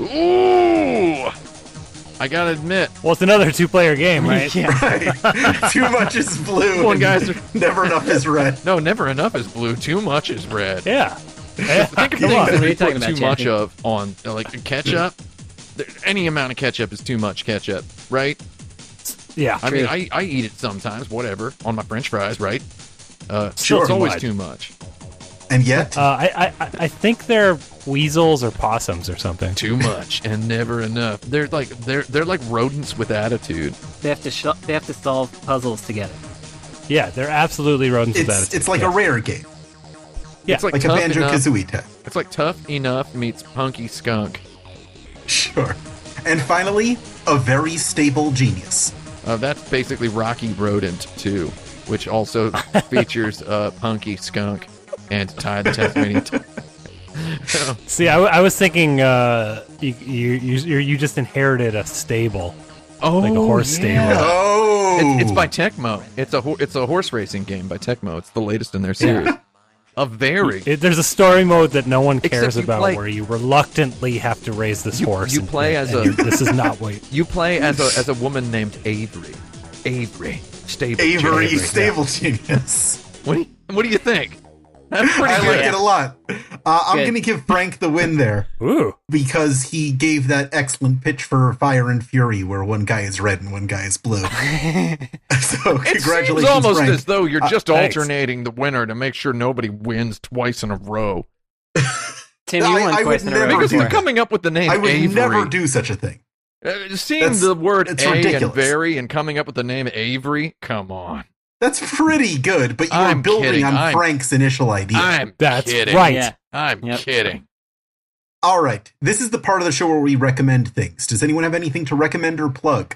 Ooh! I gotta admit, well, it's another two-player game, right? yeah. Right. Too much is blue. Come on, and guys. Never enough is red. no, never enough is blue. Too much is red. Yeah. Yeah. Come Things that on. What are you we talking put about, too much Jackie? of on like ketchup. There- Any amount of ketchup is too much ketchup, right? Yeah. I mean, I, I eat it sometimes, whatever, on my French fries, right? Uh, Sure. it's always Wide. too much. And yet, Uh, I, I I think they're weasels or possums or something. Too much and never enough. They're like they're they're like rodents with attitude. they have to sh- they have to solve puzzles together. Yeah, they're absolutely rodents with it's attitude. it's like a rare game, Yeah. It's like, like a tough banjo enough. kazooie type. It's like tough enough meets punky skunk. Sure. And finally, a very stable genius. Uh, that's basically Rocky Rodent too, which also features uh, punky skunk and Ty the Tasmanian. T- See, I, w- I was thinking uh, you, you you you just inherited a stable, oh, like a horse stable. Oh, It's, it's by Tecmo. It's a ho- it's a horse racing game by Tecmo. It's the latest in their series. a very It, there's a story mode that no one Except cares you about play- where you reluctantly have to raise this You- horse. you and- play as and a- this is not what. you play as a as a woman named Avery. Avery stable. Avery Avery. Stable Genius. What do you, what do you think? That's pretty I good. like it a lot. Uh, I'm Good. going to give Frank the win there Ooh, because he gave that excellent pitch for Fire and Fury, where one guy is red and one guy is blue. so It congratulations, seems almost Frank. Uh, as though you're just thanks. alternating the winner to make sure nobody wins twice in a row. Tim, I- you won I twice would in a row. never Because do we're that. before. coming up with the name I would Avery. never do such a thing. Uh, seeing That's- the word it's A and ridiculous. very and coming up with the name Avery, come on. That's pretty good, but you I'm were building kidding. on I'm- Frank's initial idea. I'm that's kidding. right. Yeah. I'm Yep. kidding. All right, this is the part of the show where we recommend things. Does anyone have anything to recommend or plug?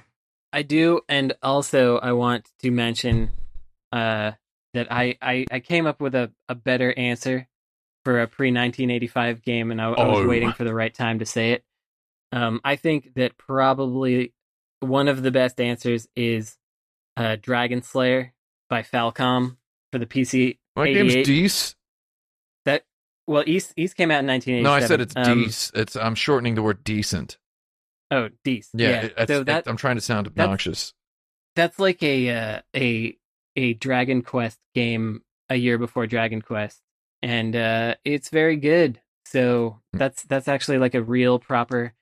I do, and also I want to mention uh, that I, I, I came up with a, a better answer for a pre 1985 game, and I, I was Oh. waiting for the right time to say it. Um, I think that probably one of the best answers is uh, Dragon Slayer by Falcom for the PC. My game's 88. Dees. That well, East East came out in 1987. No, I said it's Um, Dees. It's I'm shortening the word decent. Oh, Dees. Yeah, it- it's- so it- that I'm trying to sound that's- obnoxious. that's like a uh, a a Dragon Quest game a year before Dragon Quest, and uh, it's very good. So Hmm. that's that's actually like a real proper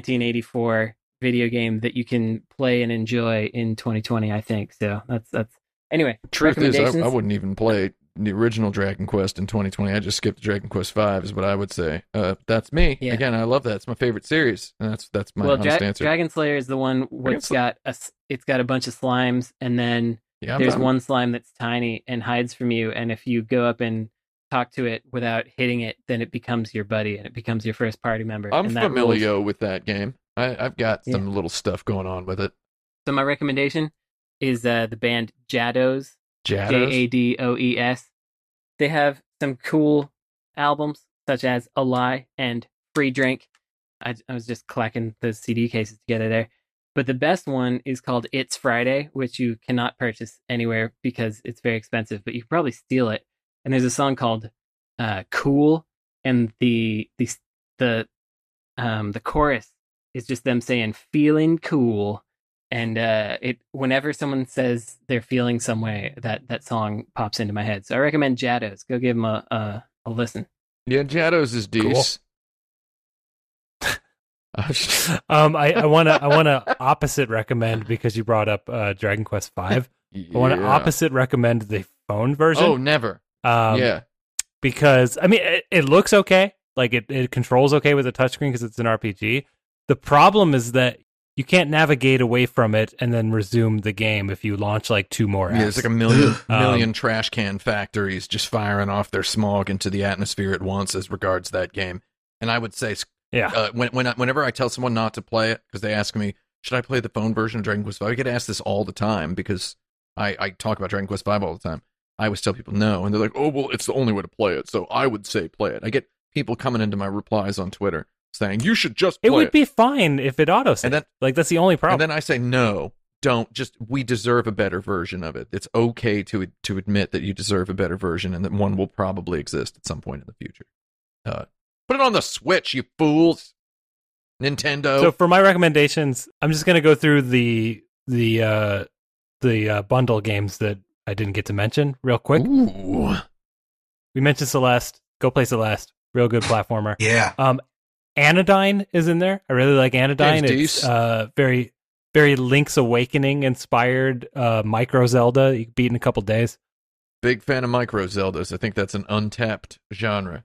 1984 video game that you can play and enjoy in 2020. I think so. That's that's anyway. Truth is, I, recommendations? I wouldn't even play the original Dragon Quest in 2020. I just skipped Dragon Quest V, is what I would say. Uh, that's me. Yeah. Again, I love that. It's my favorite series, and that's that's my well, honest Dra- answer. Dragon Slayer is the one where Dragon it's Sl- got a s- it's got a bunch of slimes, and then yeah, I'm there's done. one slime that's tiny and hides from you and if you go up and talk to it without hitting it then it becomes your buddy and it becomes your first party member I'm and that familiar rules. with that game. I, I've got Yeah. some little stuff going on with it. so my recommendation is uh, the band jados Jaddos. j-a-d-o-e-s E they have some cool albums such as a lie and free drink I, I was just clacking those cd cases together there but the best one is called it's friday which you cannot purchase anywhere because it's very expensive but you can probably steal it and there's a song called uh, cool and the the the um, the chorus is just them saying "feeling cool," and uh, it whenever someone says they're feeling some way, that that song pops into my head. So I recommend Jados. Go give them a a, a listen. Yeah, Jados is dece. Um, I, I wanna I wanna opposite recommend because you brought up uh, Dragon Quest Five. I wanna opposite recommend the phone version. Oh, never. um, yeah. because I mean it, it looks okay, like it, it controls okay with a touchscreen because it's an RPG. The problem is that you can't navigate away from it and then resume the game if you launch like two more apps. Yeah, it's like a million Ugh. Um, million trash can factories just firing off their smog into the atmosphere at once as regards that game. And I would say yeah. uh, when, when I, whenever I tell someone not to play it because they ask me, should I play the phone version of Dragon Quest Five? I get asked this all the time because I, I talk about Dragon Quest Five all the time. I always tell people no, and they're like, oh well, it's the only way to play it, so I would say play it. I get people coming into my replies on Twitter saying you should just play it would be fine if it auto And then- Like that's the only and problem. then I say no, don't. Just we deserve a better version of it. It's okay to to admit that you deserve a better version, and that one will probably exist at some point in the future. Uh, put it on the Switch, you fools! Nintendo. so for my recommendations, I'm just gonna go through the the uh the uh, bundle games that I didn't get to mention real quick. Ooh. We mentioned Celeste. Go play Celeste. Real good platformer. Yeah. Um, Anodyne is in there. I really like Anodyne. James It's Deese. uh, very, very Link's Awakening inspired uh, micro Zelda. You can beat in a couple days. Big fan of micro Zeldas. I think that's an untapped genre.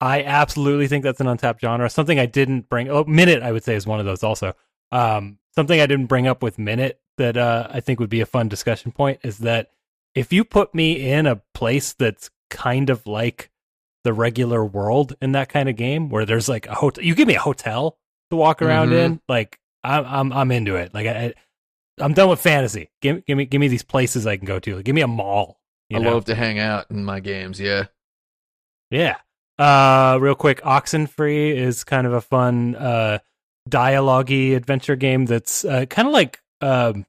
I absolutely think that's an untapped genre. Something I didn't bring. Oh, Minute, I would say, is one of those also. Um, something I didn't bring up with Minute that uh, I think would be a fun discussion point is that if you put me in a place that's kind of like the regular world in that kind of game, where there's like a hotel, you give me a hotel to walk around Mhm. in, like I'm I'm I'm into it. Like I, I I'm done with fantasy. Give give me give me these places I can go to. Like, give me a mall. you I know? love to hang out in my games. Yeah. Yeah. Uh, real quick, Oxenfree is kind of a fun uh, dialogue-y adventure game that's uh, kind of like um,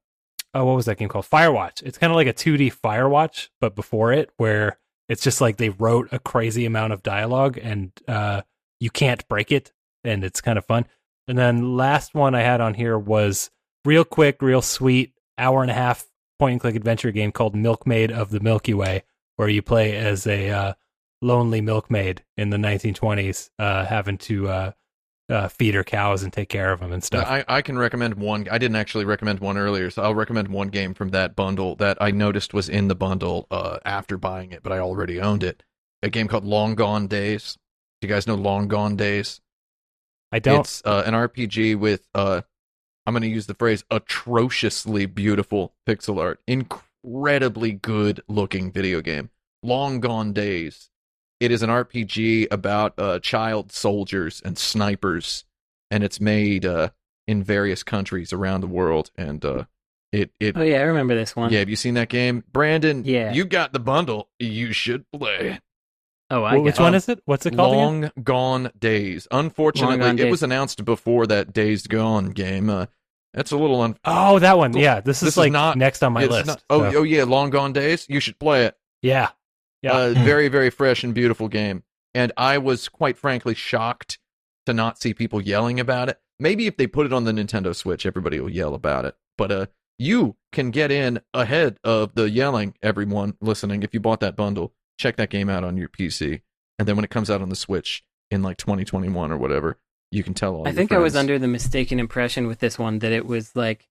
oh, what was that game called? Firewatch. It's kind of like a 2D Firewatch, but before it, where it's just like they wrote a crazy amount of dialogue and uh, you can't break it, and it's kind of fun. And then last one I had on here was real quick, real sweet, hour and a half point-and-click adventure game called Milkmaid of the Milky Way, where you play as a uh, lonely milkmaid in the 1920s uh, having to uh, uh, feed her cows and take care of them and stuff. I, I can recommend one. I didn't actually recommend one earlier, so I'll recommend one game from that bundle that I noticed was in the bundle uh, after buying it, but I already owned it. A game called Long Gone Days. Do you guys know Long Gone Days? I don't. It's uh, an RPG with, uh, I'm going to use the phrase, atrociously beautiful pixel art. Incredibly good looking video game. Long Gone Days. It is an RPG about uh, child soldiers and snipers, and it's made uh, in various countries around the world. And uh, it, it Oh yeah, I remember this one. yeah, have you seen that game? Brandon, Yeah. you got the bundle. You should play it. Oh, I Well, get which it. one is it? What's it called? again? um, Long Gone Days. Unfortunately, Gone it Days. was announced before that Days Gone game. Uh, that's a little un. Oh, that one. Yeah, this is This is like not- next on my It's list. not- oh, so- oh yeah, Long Gone Days. You should play it. yeah. Yeah. Uh, very, very fresh and beautiful game. And I was quite frankly shocked to not see people yelling about it. Maybe if they put it on the Nintendo Switch, everybody will yell about it. But uh, you can get in ahead of the yelling, everyone listening. If you bought that bundle, check that game out on your PC. And then when it comes out on the Switch in like 2021 or whatever, you can tell all I your think I was friends. under the mistaken impression with this one that it was like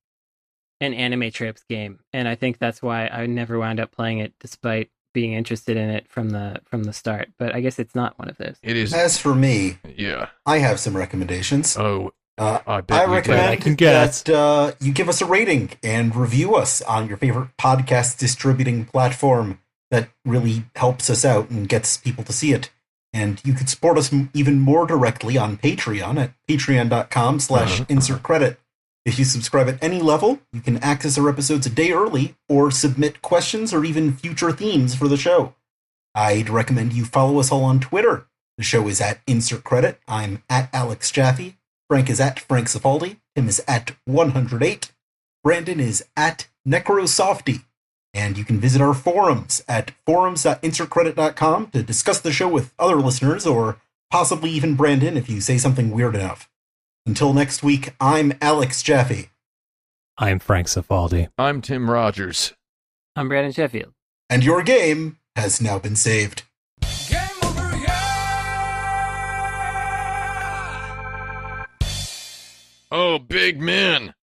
an anime trips game, and I think that's why I never wound up playing it, despite being interested in it from the from the start. But I guess it's not one of those. It is. As for me, Yeah. I have some recommendations. Oh, Uh, I bet I you did. I recommend can guess. that uh, you give us a rating and review us on your favorite podcast distributing platform. That really helps us out and gets people to see it. And you could support us m- even more directly on Patreon at patreon.com slash Uh-huh. insert credit. If you subscribe at any level, you can access our episodes a day early or submit questions or even future themes for the show. I'd recommend you follow us all on Twitter. The show is at Insert Credit. I'm at Alex Jaffe. Frank is at Frank Cifaldi. Tim is at 108. Brandon is at Necrosofty. And you can visit our forums at forums.intercredit.com to discuss the show with other listeners or possibly even Brandon if you say something weird enough. Until next week, I'm Alex Jaffe, I'm Frank Safaldi. I'm Tim Rogers. I'm Brandon Sheffield. and your game has now been saved. Game over, yeah! Oh, big men.